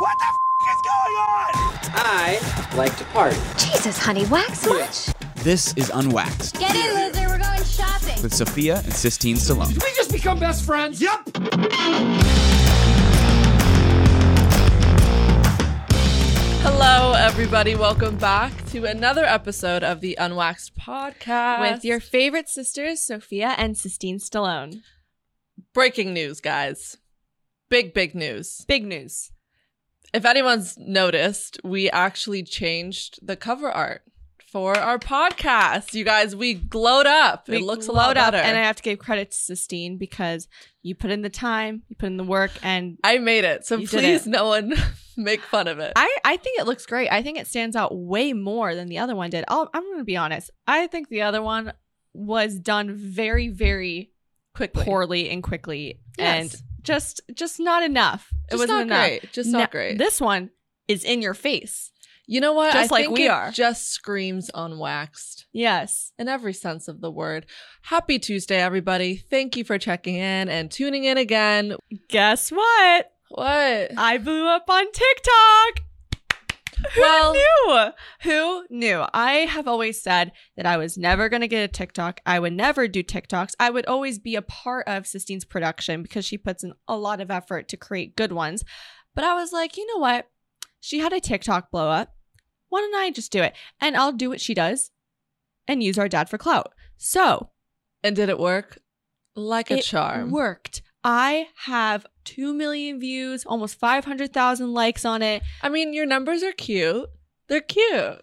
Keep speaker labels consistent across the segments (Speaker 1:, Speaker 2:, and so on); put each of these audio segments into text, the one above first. Speaker 1: What the f- is going on?
Speaker 2: I like to party.
Speaker 3: Jesus, honey, wax much?
Speaker 4: This is Unwaxed
Speaker 3: Get in, loser. We're going shopping.
Speaker 4: with Sophia and Sistine Stallone.
Speaker 5: we just become best friends?
Speaker 1: Yup.
Speaker 6: Hello, everybody. Welcome back to another episode of the Unwaxed Podcast
Speaker 7: with your favorite sisters, Sophia and Sistine Stallone.
Speaker 6: breaking news, guys. Big, big news.
Speaker 7: Big news.
Speaker 6: If anyone's noticed, we actually changed the cover art for our podcast. You guys, we glowed up.
Speaker 7: We
Speaker 6: it looks a lot
Speaker 7: glowed up,
Speaker 6: better.
Speaker 7: And I have to give credit to Sistine because you put in the time, you put in the work, and
Speaker 6: I, made it. So
Speaker 7: You did
Speaker 6: please,
Speaker 7: it.
Speaker 6: no one make fun of it.
Speaker 7: I, I think it looks great. I think it stands out way more than the other one did. I'll, I'm going to be honest. I think the other one was done very, very
Speaker 6: quickly.
Speaker 7: poorly and quickly,
Speaker 6: Yes.
Speaker 7: and just just not enough. it
Speaker 6: Just
Speaker 7: wasn't
Speaker 6: not
Speaker 7: enough.
Speaker 6: great. Just not
Speaker 7: Now-
Speaker 6: great.
Speaker 7: This one is in your face.
Speaker 6: you know what?
Speaker 7: just
Speaker 6: I
Speaker 7: like
Speaker 6: think
Speaker 7: we
Speaker 6: it
Speaker 7: are.
Speaker 6: Just screams unwaxed.
Speaker 7: Yes.
Speaker 6: in every sense of the word. Happy Tuesday, everybody. Thank you for checking in and tuning in again.
Speaker 7: Guess what?
Speaker 6: What?
Speaker 7: I blew up on TikTok. Who
Speaker 6: Well-
Speaker 7: knew? Who knew? I have always said that I was never going to get a TikTok. I would never do TikToks. I would always be a part of Sistine's production because she puts in a lot of effort to create good ones. But I was like, you know what? She had a TikTok blow up. Why don't I just do it? And I'll do what she does and use our dad for clout. So
Speaker 6: And did it work? Like a
Speaker 7: it
Speaker 6: charm.
Speaker 7: worked. I have 2 million views, almost 500,000 likes on it.
Speaker 6: I mean, your numbers are cute. They're cute.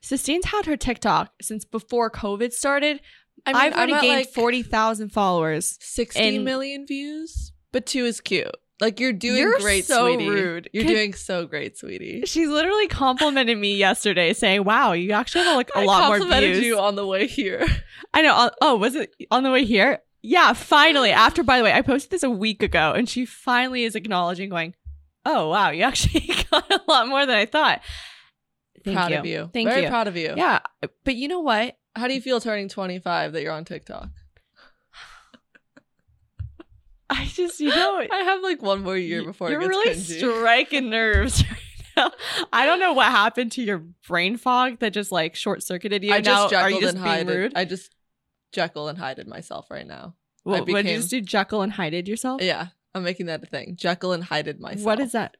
Speaker 7: Sistine's had her TikTok since before COVID started.
Speaker 6: I
Speaker 7: I
Speaker 6: mean,
Speaker 7: have already
Speaker 6: I'm at,
Speaker 7: gained
Speaker 6: like,
Speaker 7: 40,000 followers.
Speaker 6: 60
Speaker 7: and-
Speaker 6: million views, but two is cute. Like you're doing
Speaker 7: You're
Speaker 6: great,
Speaker 7: so
Speaker 6: sweetie.
Speaker 7: rude.
Speaker 6: You're
Speaker 7: Can-
Speaker 6: doing so great, sweetie.
Speaker 7: She literally complimented me yesterday saying, wow, you actually have like a
Speaker 6: I
Speaker 7: lot more
Speaker 6: complimented
Speaker 7: views.
Speaker 6: you on the way here.
Speaker 7: I know. on- Oh, was it on the way here? Yeah, finally. After, by the way, I posted this a week ago and she finally is acknowledging going, oh, wow, you actually got a lot more than I thought. Thank
Speaker 6: proud
Speaker 7: you.
Speaker 6: of you.
Speaker 7: Thank
Speaker 6: Very
Speaker 7: you.
Speaker 6: proud of you.
Speaker 7: Yeah. But you know what?
Speaker 6: How do you feel turning 25 that you're on TikTok?
Speaker 7: I just, you know,
Speaker 6: I have like one more year
Speaker 7: y-
Speaker 6: before
Speaker 7: you're
Speaker 6: it gets
Speaker 7: really
Speaker 6: cringy.
Speaker 7: striking nerves. right now. I don't know what happened to your brain fog that just like short circuited you.
Speaker 6: I
Speaker 7: now,
Speaker 6: just
Speaker 7: are
Speaker 6: Jekyll
Speaker 7: you just
Speaker 6: and
Speaker 7: being
Speaker 6: Hyde.
Speaker 7: rude?
Speaker 6: I just Jekyll and Hyde myself right now.
Speaker 7: what, what did
Speaker 6: became-
Speaker 7: you just do? Jekyll and Hyde yourself?
Speaker 6: Yeah, I'm making that a thing. Jekyll and Hyde myself.
Speaker 7: What is that?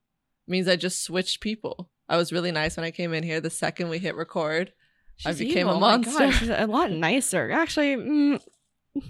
Speaker 6: Means I just switched people. I was really nice when I came in here. The second we hit record, I
Speaker 7: She's
Speaker 6: became a
Speaker 7: evil. My God,
Speaker 6: monster.
Speaker 7: she's a lot nicer, actually. Mm,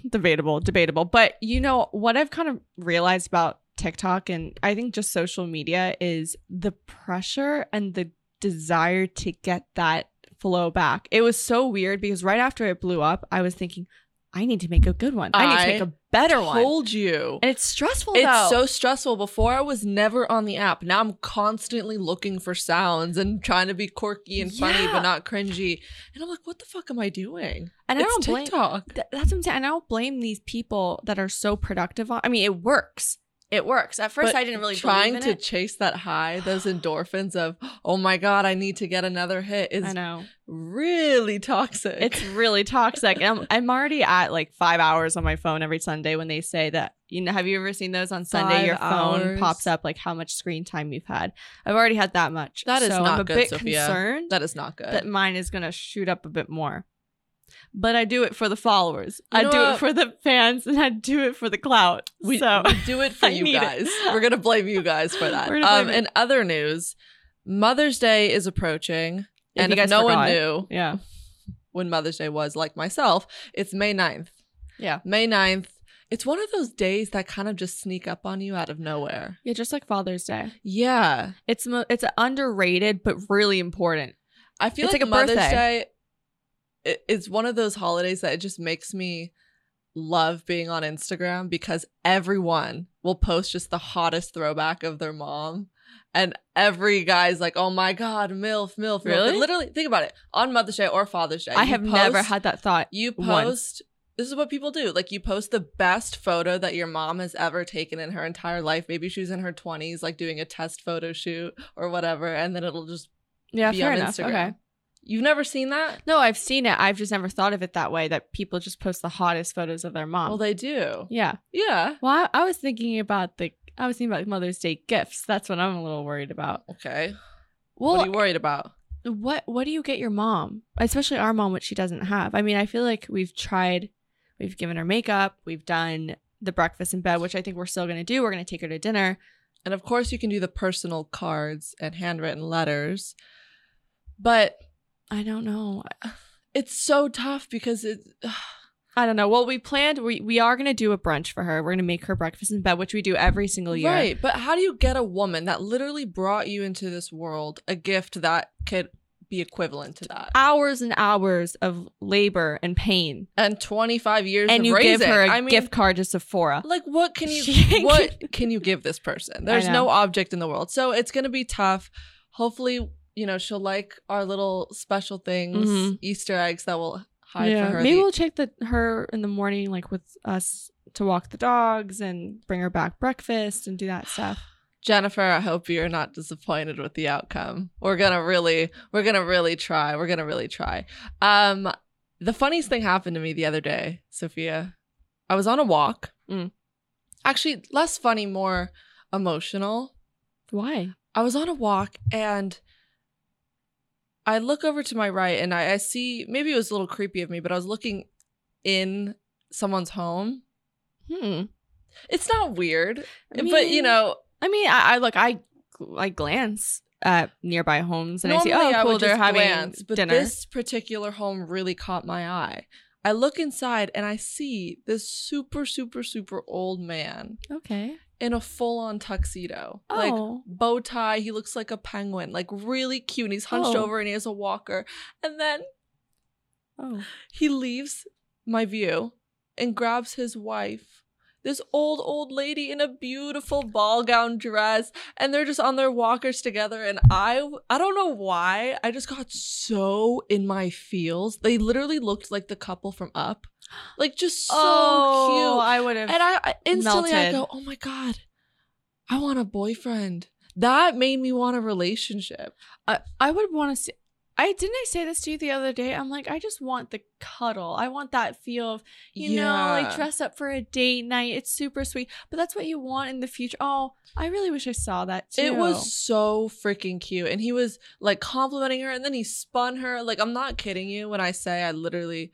Speaker 7: debatable, debatable. But you know what I've kind of realized about TikTok and I think just social media is the pressure and the desire to get that flow back. It was so weird because right after it blew up, I was thinking, I need to make a good one. I, need
Speaker 6: I
Speaker 7: to make a better one.
Speaker 6: told you.
Speaker 7: And it's stressful
Speaker 6: It's
Speaker 7: though.
Speaker 6: so stressful. Before I was never on the app. Now I'm constantly looking for sounds and trying to be quirky and funny,
Speaker 7: Yeah.
Speaker 6: but not cringy. And I'm like, what the fuck am I doing?
Speaker 7: and I
Speaker 6: it's
Speaker 7: don't blame
Speaker 6: TikTok.
Speaker 7: Th- that's what I'm saying. And I don't blame these people that are so productive on I mean, it works. It works. At first
Speaker 6: But
Speaker 7: I didn't really
Speaker 6: trying
Speaker 7: believe in
Speaker 6: to
Speaker 7: it.
Speaker 6: chase that high, those endorphins of oh my god, I need to get another hit
Speaker 7: I
Speaker 6: is
Speaker 7: know.
Speaker 6: really toxic.
Speaker 7: It's really toxic. And I'm, I'm already at like five hours on my phone every Sunday when they say that. You know, have you ever seen those on Sunday?
Speaker 6: Five
Speaker 7: your phone
Speaker 6: hours.
Speaker 7: pops up like how much screen time you've had. I've already had that much.
Speaker 6: That is
Speaker 7: so
Speaker 6: not
Speaker 7: I'm a
Speaker 6: good,
Speaker 7: bit
Speaker 6: Sophia.
Speaker 7: concerned
Speaker 6: that uh, is not good.
Speaker 7: that mine is going to shoot up a bit more. But I do it for the followers.
Speaker 6: You
Speaker 7: I
Speaker 6: know
Speaker 7: do
Speaker 6: what?
Speaker 7: it for the fans, and I do it for the clout.
Speaker 6: we,
Speaker 7: so
Speaker 6: we do it for
Speaker 7: I
Speaker 6: you
Speaker 7: need it.
Speaker 6: guys. We're gonna blame you guys for that.
Speaker 7: We're gonna blame
Speaker 6: Um,
Speaker 7: you.
Speaker 6: in other news, Mother's Day is approaching,
Speaker 7: If
Speaker 6: and
Speaker 7: you
Speaker 6: if
Speaker 7: guys
Speaker 6: no one
Speaker 7: forgot.
Speaker 6: knew
Speaker 7: yeah,
Speaker 6: when Mother's Day was, like myself, it's May 9th.
Speaker 7: yeah,
Speaker 6: May 9th. It's one of those days that kind of just sneak up on you out of nowhere.
Speaker 7: yeah. Just like Father's Day,
Speaker 6: Yeah,
Speaker 7: it's mo- it's underrated but really important.
Speaker 6: I feel
Speaker 7: It's
Speaker 6: like,
Speaker 7: like a
Speaker 6: Mother's
Speaker 7: birthday.
Speaker 6: Day i- is one of those holidays that it just makes me love being on Instagram because everyone will post just the hottest throwback of their mom. And every guy's like, oh my God, MILF, MILF, MILF.
Speaker 7: Really?
Speaker 6: And literally, think about it. On Mother's Day or Father's Day,
Speaker 7: I
Speaker 6: Uh, you
Speaker 7: have never
Speaker 6: post-
Speaker 7: had that thought.
Speaker 6: You post,
Speaker 7: once.
Speaker 6: this is what people do. Like, you post the best photo that your mom has ever taken in her entire life. Maybe she was in her 20s, like doing a test photo shoot or whatever. And then it'll just
Speaker 7: Yeah,
Speaker 6: be
Speaker 7: fair
Speaker 6: on
Speaker 7: enough.
Speaker 6: Instagram.
Speaker 7: Okay.
Speaker 6: You've never seen that?
Speaker 7: No, I've seen it. I've just never thought of it that way. That people just post the hottest photos of their mom.
Speaker 6: Well, they do.
Speaker 7: yeah.
Speaker 6: Yeah.
Speaker 7: Well, I, I was thinking about the I was thinking about Mother's Day gifts. That's what I'm a little worried about.
Speaker 6: Okay.
Speaker 7: Well,
Speaker 6: what are you worried about?
Speaker 7: what what do you get your mom especially our mom which she doesn't have i mean i feel like we've tried we've given her makeup we've done the breakfast in bed which i think we're still going to do we're going to take her to dinner
Speaker 6: And of course, you can do the personal cards and handwritten letters, but
Speaker 7: i don't know
Speaker 6: it's so tough because it.
Speaker 7: i don't know well we planned we, we are going to do a brunch for her we're going to make her breakfast in bed which we do every single year
Speaker 6: Right. But how do you get a woman that literally brought you into this world a gift that could be equivalent to that?
Speaker 7: hours and hours of labor and pain
Speaker 6: And 25 years
Speaker 7: and
Speaker 6: of
Speaker 7: you give
Speaker 6: raising.
Speaker 7: her a
Speaker 6: I mean,
Speaker 7: gift card to sephora
Speaker 6: like what can you
Speaker 7: She-
Speaker 6: what can you give this person? There's
Speaker 7: know.
Speaker 6: no object in the world. So it's going to be tough. Hopefully, you know, she'll like our little special things,
Speaker 7: Mhm.
Speaker 6: Easter eggs that will hide
Speaker 7: yeah.
Speaker 6: for her.
Speaker 7: Maybe
Speaker 6: the-
Speaker 7: we'll check the, her in the morning, like with us to walk the dogs and bring her back breakfast and do that stuff.
Speaker 6: Jennifer, I hope you're not disappointed with the outcome. We're gonna really, we're gonna really try. We're gonna really try. Um, the funniest thing happened to me the other day, Sophia. I was on a walk.
Speaker 7: Mm.
Speaker 6: Actually, less funny, more emotional.
Speaker 7: Why?
Speaker 6: I was on a walk and I look over to my right and I, I see maybe it was a little creepy of me, but I was looking in someone's home.
Speaker 7: Hmm.
Speaker 6: It's not weird,
Speaker 7: I
Speaker 6: but you
Speaker 7: mean-
Speaker 6: know,
Speaker 7: I mean, I, I look, I I glance at nearby homes and I see,
Speaker 6: Normally
Speaker 7: oh,
Speaker 6: I
Speaker 7: cool,
Speaker 6: would
Speaker 7: they're
Speaker 6: just
Speaker 7: having
Speaker 6: glance, but
Speaker 7: dinner.
Speaker 6: this particular home really caught my eye. I look inside and I see this super, super, super old man
Speaker 7: okay.
Speaker 6: in a full-on tuxedo, like
Speaker 7: Oh.
Speaker 6: bow tie. He looks like a penguin, like really cute. And he's hunched
Speaker 7: Oh.
Speaker 6: over and he has a walker. And then
Speaker 7: Oh.
Speaker 6: he leaves my view and grabs his wife, this old, old lady in a beautiful ball gown dress, and they're just on their walkers together. And I, I don't know why, I just got so in my feels. They literally looked like the couple from Up, like just so
Speaker 7: oh,
Speaker 6: cute.
Speaker 7: I would have.
Speaker 6: And I I- instantly I
Speaker 7: melted.
Speaker 6: go, oh my god, I want a boyfriend. That made me want a relationship.
Speaker 7: I, I would want to see. I didn't I say this to you the other day? I'm like, I just want the cuddle. I want that feel of, you know,
Speaker 6: Yeah.
Speaker 7: like dress up for a date night. It's super sweet. But that's what you want in the future. Oh, I really wish I saw that too.
Speaker 6: It was so freaking cute. And he was like complimenting her and then he spun her. Like, I'm not kidding you when I say I literally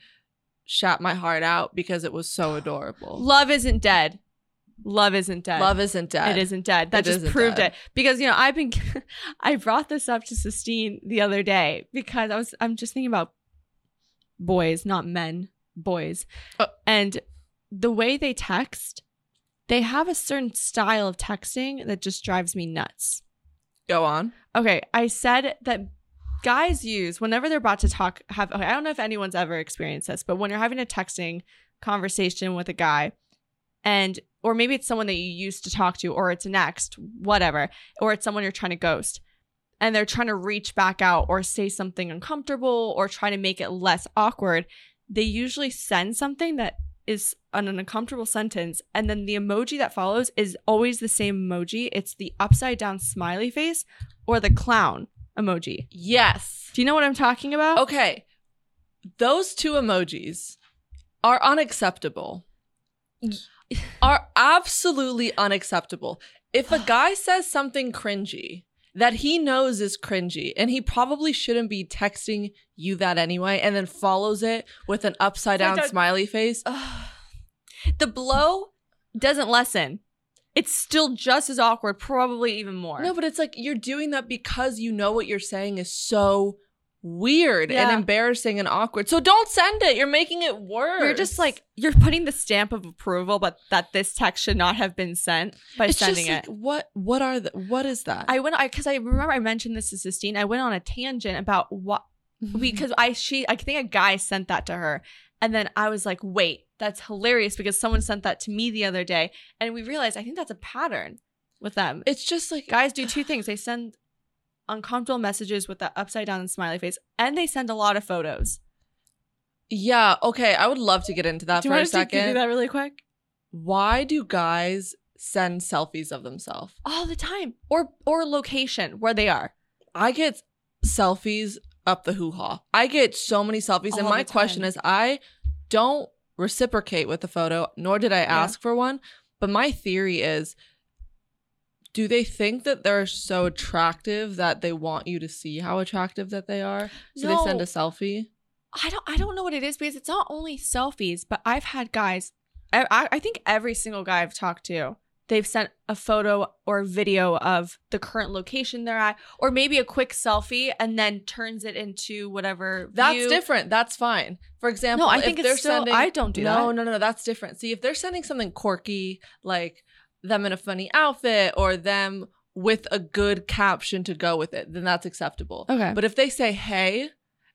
Speaker 6: shot my heart out because it was so adorable.
Speaker 7: Love isn't dead. Love isn't dead.
Speaker 6: Love isn't dead.
Speaker 7: It isn't dead.
Speaker 6: It
Speaker 7: That just
Speaker 6: isn't
Speaker 7: proved
Speaker 6: dead.
Speaker 7: it. Because you know, I've been I brought this up to Sistine the other day because I was I'm just thinking about boys, not men, boys.
Speaker 6: Oh.
Speaker 7: And the way they text, they have a certain style of texting that just drives me nuts.
Speaker 6: Go on.
Speaker 7: Okay, I said that guys use whenever they're about to talk. Have okay, I don't know if anyone's ever experienced this, but when you're having a texting conversation with a guy, and or maybe it's someone that you used to talk to, or it's an ex, whatever, or it's someone you're trying to ghost, and they're trying to reach back out or say something uncomfortable or try to make it less awkward, they usually send something that is an uncomfortable sentence, and then the emoji that follows is always the same emoji. It's the upside down smiley face or the clown emoji.
Speaker 6: Yes.
Speaker 7: Do you know what I'm talking about?
Speaker 6: Okay. Those two emojis are unacceptable. Are absolutely unacceptable. If a guy says something cringy that he knows is cringy and he probably shouldn't be texting you that anyway and then follows it with an upside down
Speaker 7: Upside down-
Speaker 6: smiley face,
Speaker 7: The blow doesn't lessen. It's still just as awkward, probably even more.
Speaker 6: No, but it's like you're doing that because you know what you're saying is so weird and
Speaker 7: Yeah.
Speaker 6: embarrassing and awkward. So don't send it. You're making it worse.
Speaker 7: you're just like you're putting the stamp of approval, but that this text should not have been sent by
Speaker 6: it's
Speaker 7: sending
Speaker 6: just like,
Speaker 7: it.
Speaker 6: what what are the what is that?
Speaker 7: I went I because I remember I mentioned this to Sistine. I went on a tangent about what
Speaker 6: Mm-hmm.
Speaker 7: because I she I think a guy sent that to her, and then I was like, wait, that's hilarious because someone sent that to me the other day, and we realized I think that's a pattern with them.
Speaker 6: it's just like
Speaker 7: guys do two things they send uncomfortable messages with that upside down smiley face and they send a lot of photos
Speaker 6: yeah, okay, I would love to get into that for a second.
Speaker 7: that really quick
Speaker 6: Why do guys send selfies of themselves?
Speaker 7: all the time or or location where they are
Speaker 6: I get selfies up the hoo ha. I get so many selfies, and
Speaker 7: All
Speaker 6: my
Speaker 7: the
Speaker 6: question
Speaker 7: time.
Speaker 6: is, I don't reciprocate with the photo, nor did I ask for one. But my theory is, do they think that they're so attractive that they want you to see how attractive that they are? So they send
Speaker 7: No.
Speaker 6: a selfie.
Speaker 7: I don't I don't know what it is because it's not only selfies, but I've had guys I, I I think every single guy I've talked to, they've sent a photo or video of the current location they're at, or maybe a quick selfie and then turns it into whatever
Speaker 6: That's
Speaker 7: view.
Speaker 6: different. That's fine. For example,
Speaker 7: No, I
Speaker 6: if
Speaker 7: think it's
Speaker 6: they're
Speaker 7: still-
Speaker 6: sending,
Speaker 7: I don't do
Speaker 6: no,
Speaker 7: that.
Speaker 6: No, no, no. That's different. See, if they're sending something quirky, like them in a funny outfit or them with a good caption to go with it, then that's acceptable.
Speaker 7: Okay.
Speaker 6: But if they say "Hey"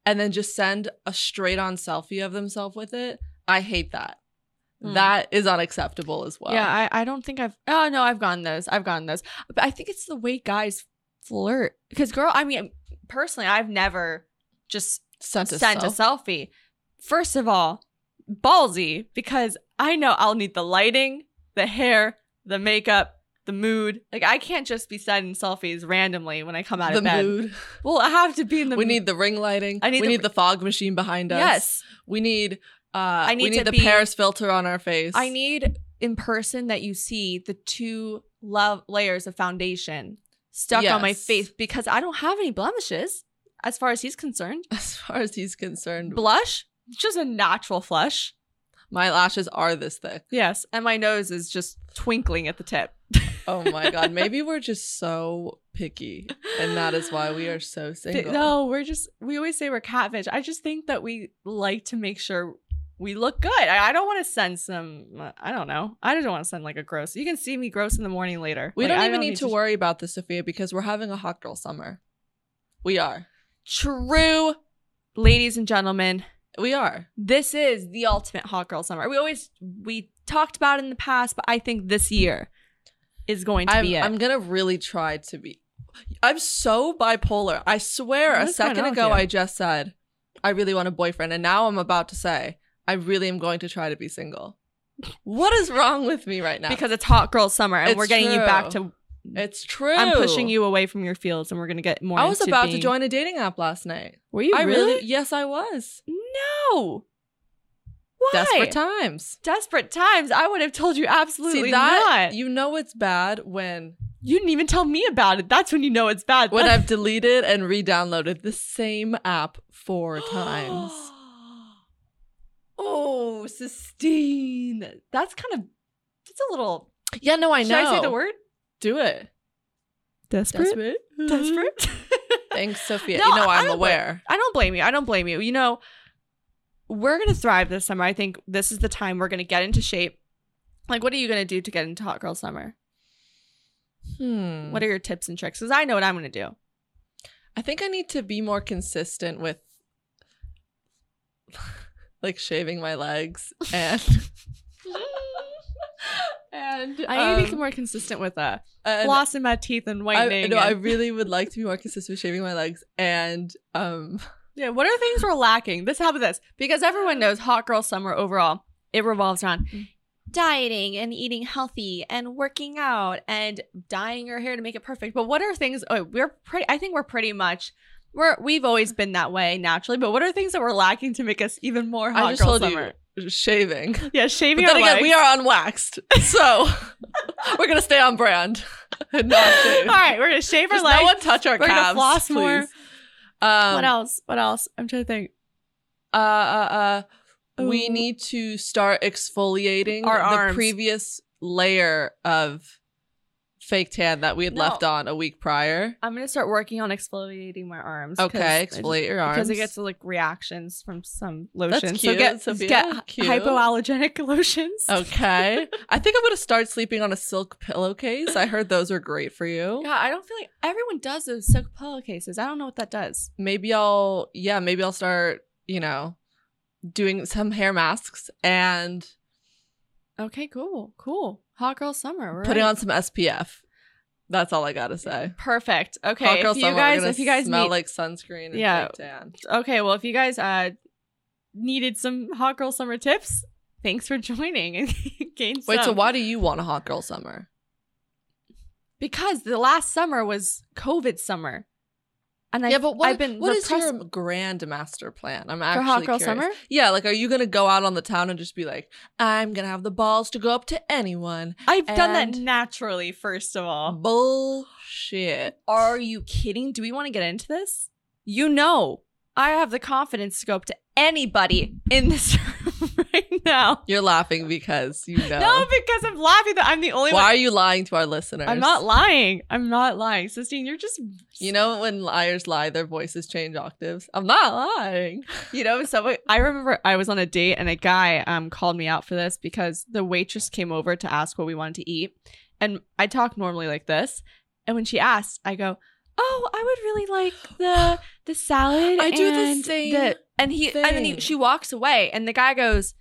Speaker 6: and then just send a straight-on selfie of themselves with it, I hate that.
Speaker 7: Hmm.
Speaker 6: That is unacceptable as well.
Speaker 7: Yeah, I, I don't think I've oh no, I've gotten those. I've gotten those. But I think it's the way guys flirt. Because girl, I mean personally, I've never just
Speaker 6: sent a
Speaker 7: sent a
Speaker 6: self-
Speaker 7: selfie. First of all, ballsy because I know I'll need the lighting, the hair, the makeup, the mood. Like I can't just be sending selfies randomly when I come out
Speaker 6: the
Speaker 7: of bed.
Speaker 6: mood.
Speaker 7: Well, I have to be in the.
Speaker 6: we
Speaker 7: mood.
Speaker 6: need the ring lighting.
Speaker 7: I need
Speaker 6: we
Speaker 7: the-
Speaker 6: need the fog machine behind us.
Speaker 7: yes.
Speaker 6: We need uh I
Speaker 7: need
Speaker 6: we
Speaker 7: to
Speaker 6: need the
Speaker 7: be-
Speaker 6: Paris filter on our face.
Speaker 7: I need in person that you see the two love layers of foundation stuck on my
Speaker 6: Yes.
Speaker 7: face because I don't have any blemishes as far as he's concerned.
Speaker 6: as far as he's concerned,
Speaker 7: Blush, just a natural flush.
Speaker 6: my lashes are this thick.
Speaker 7: Yes, and my nose is just twinkling at the tip.
Speaker 6: Oh my god, maybe we're just so picky and that is why we are so
Speaker 7: Th-
Speaker 6: single.
Speaker 7: No, we're just we always say we're catfish. I just think that we like to make sure we look good. I, I don't want to send some. uh, I don't know. I don't want to send like a gross. You can see me gross in the morning later.
Speaker 6: We
Speaker 7: Like,
Speaker 6: don't
Speaker 7: I
Speaker 6: even need, to worry about this, Sophia, because we're having a hot girl summer. We are.
Speaker 7: True, ladies and gentlemen,
Speaker 6: We are.
Speaker 7: this is the ultimate hot girl summer. We always we talked about it in the past, but I think this year is going to
Speaker 6: I'm,
Speaker 7: be it.
Speaker 6: I'm gonna really try to be. I'm so bipolar. I swear, a
Speaker 7: What's going
Speaker 6: second
Speaker 7: on with
Speaker 6: ago
Speaker 7: you?
Speaker 6: I just said I really want a boyfriend, and now I'm about to say I really am going to try to be single. What is wrong with me right now?
Speaker 7: because it's hot girl summer, and
Speaker 6: It's
Speaker 7: we're getting you back
Speaker 6: true.
Speaker 7: to.
Speaker 6: it's true.
Speaker 7: I'm pushing you away from your fields, and we're gonna get more.
Speaker 6: I was
Speaker 7: into
Speaker 6: about to
Speaker 7: being-
Speaker 6: join a dating app last night.
Speaker 7: Were you
Speaker 6: I
Speaker 7: really?
Speaker 6: yes, I was.
Speaker 7: No. Why?
Speaker 6: Desperate times.
Speaker 7: Desperate times. I would have told you absolutely
Speaker 6: See that
Speaker 7: not. You,
Speaker 6: you know it's bad when
Speaker 7: didn't even tell me about it. That's when you know it's bad.
Speaker 6: when I've deleted and re-downloaded the same app four times.
Speaker 7: oh, Sistine. That's kind of. It's a little.
Speaker 6: Yeah, no, I
Speaker 7: should
Speaker 6: know.
Speaker 7: I say the word?
Speaker 6: Do it.
Speaker 7: Desperate.
Speaker 6: Mm-hmm.
Speaker 7: Desperate.
Speaker 6: Thanks, Sophia.
Speaker 7: No,
Speaker 6: you know
Speaker 7: I- I
Speaker 6: I'm
Speaker 7: don't blame-
Speaker 6: aware.
Speaker 7: I don't blame you. I don't blame you. You know, we're gonna thrive this summer. I think this is the time we're gonna get into shape. Like, what are you gonna do to get into hot girl summer?
Speaker 6: Hmm.
Speaker 7: What are your tips and tricks? Because I know what I'm gonna do.
Speaker 6: I think I need to be more consistent with like shaving my legs and and
Speaker 7: I need to be
Speaker 6: um,
Speaker 7: more consistent with that.
Speaker 6: and
Speaker 7: Floss in my teeth and whitening.
Speaker 6: I, no, I
Speaker 7: and-
Speaker 6: really would like to be more consistent with shaving my legs and um
Speaker 7: yeah, what are things we're lacking? This how about this? Because everyone knows hot girl summer overall, it revolves around
Speaker 6: Mm.
Speaker 7: dieting and eating healthy and working out and dyeing your hair to make it perfect. But what are things oh, we're pretty I think we're pretty much we're we've always been that way naturally, but what are things that we're lacking to make us even more hot
Speaker 6: I just
Speaker 7: girl
Speaker 6: told
Speaker 7: summer?
Speaker 6: you shaving.
Speaker 7: Yeah,
Speaker 6: But
Speaker 7: shaving
Speaker 6: then
Speaker 7: our
Speaker 6: again,
Speaker 7: legs.
Speaker 6: we are unwaxed. So we're gonna stay on brand and not
Speaker 7: All
Speaker 6: shave.
Speaker 7: right, we're gonna shave our
Speaker 6: Just
Speaker 7: legs.
Speaker 6: no one touch our
Speaker 7: We're gonna
Speaker 6: calves.
Speaker 7: floss
Speaker 6: please.
Speaker 7: more.
Speaker 6: Um,
Speaker 7: what else? What else? I'm trying to think.
Speaker 6: Uh, uh, uh, we
Speaker 7: Ooh.
Speaker 6: need to start exfoliating
Speaker 7: Oh. Our
Speaker 6: the
Speaker 7: arms.
Speaker 6: previous layer of fake tan that we had
Speaker 7: No.
Speaker 6: left on a week prior.
Speaker 7: I'm gonna start working on exfoliating my arms. 'cause I
Speaker 6: Okay,
Speaker 7: just-
Speaker 6: exfoliate your arms.
Speaker 7: Because it gets like reactions from some lotions. So
Speaker 6: cute,
Speaker 7: get,
Speaker 6: Sophia.
Speaker 7: get
Speaker 6: Cute. Oh,
Speaker 7: hypoallergenic lotions.
Speaker 6: Okay. I think I'm going to start sleeping on a silk pillowcase. I heard those are great for you.
Speaker 7: Yeah, I don't feel like everyone does those silk pillowcases. I don't know what that does.
Speaker 6: Maybe I'll, yeah, maybe I'll start, you know, doing some hair masks and
Speaker 7: Okay, cool, cool. Hot girl summer. we're
Speaker 6: putting
Speaker 7: right.
Speaker 6: on some SPF. That's all I got to say.
Speaker 7: perfect. Okay,
Speaker 6: Hot girl
Speaker 7: if you
Speaker 6: summer, we're
Speaker 7: guys,
Speaker 6: gonna
Speaker 7: if you guys
Speaker 6: smell
Speaker 7: need,
Speaker 6: like sunscreen and
Speaker 7: Yeah.
Speaker 6: fake tan.
Speaker 7: okay, well, if you guys uh needed some hot girl summer tips, thanks for joining and gain
Speaker 6: Wait, so
Speaker 7: some.
Speaker 6: why do you want a hot girl summer?
Speaker 7: Because the last summer was COVID summer. And I,
Speaker 6: yeah, but what,
Speaker 7: I've been
Speaker 6: what is
Speaker 7: repressed-
Speaker 6: your grand master plan? I'm
Speaker 7: for
Speaker 6: actually
Speaker 7: Hot Girl
Speaker 6: curious.
Speaker 7: Summer?
Speaker 6: Yeah, like, are you gonna go out on the town and just be like, "I'm gonna have the balls to go up to anyone"?
Speaker 7: I've done that
Speaker 6: And-
Speaker 7: naturally, first of all.
Speaker 6: Bullshit.
Speaker 7: Are you kidding? Do we want to get into this? You know, I have the confidence to go up to anybody in this room right now.
Speaker 6: You're laughing because you know.
Speaker 7: No, because I'm laughing that I'm the only
Speaker 6: Why
Speaker 7: one.
Speaker 6: are you lying to our listeners?
Speaker 7: I'm not lying. I'm not lying. Sistine, you're just
Speaker 6: You know when liars lie, their voices change octaves. I'm not lying.
Speaker 7: You know, so I remember I was on a date and a guy um called me out for this because the waitress came over to ask what we wanted to eat. And I talk normally like this. And when she asked, I go, Oh, I would really like the the salad.
Speaker 6: I do the
Speaker 7: and
Speaker 6: same
Speaker 7: and he and then he,
Speaker 6: thing.
Speaker 7: she walks away and the guy goes,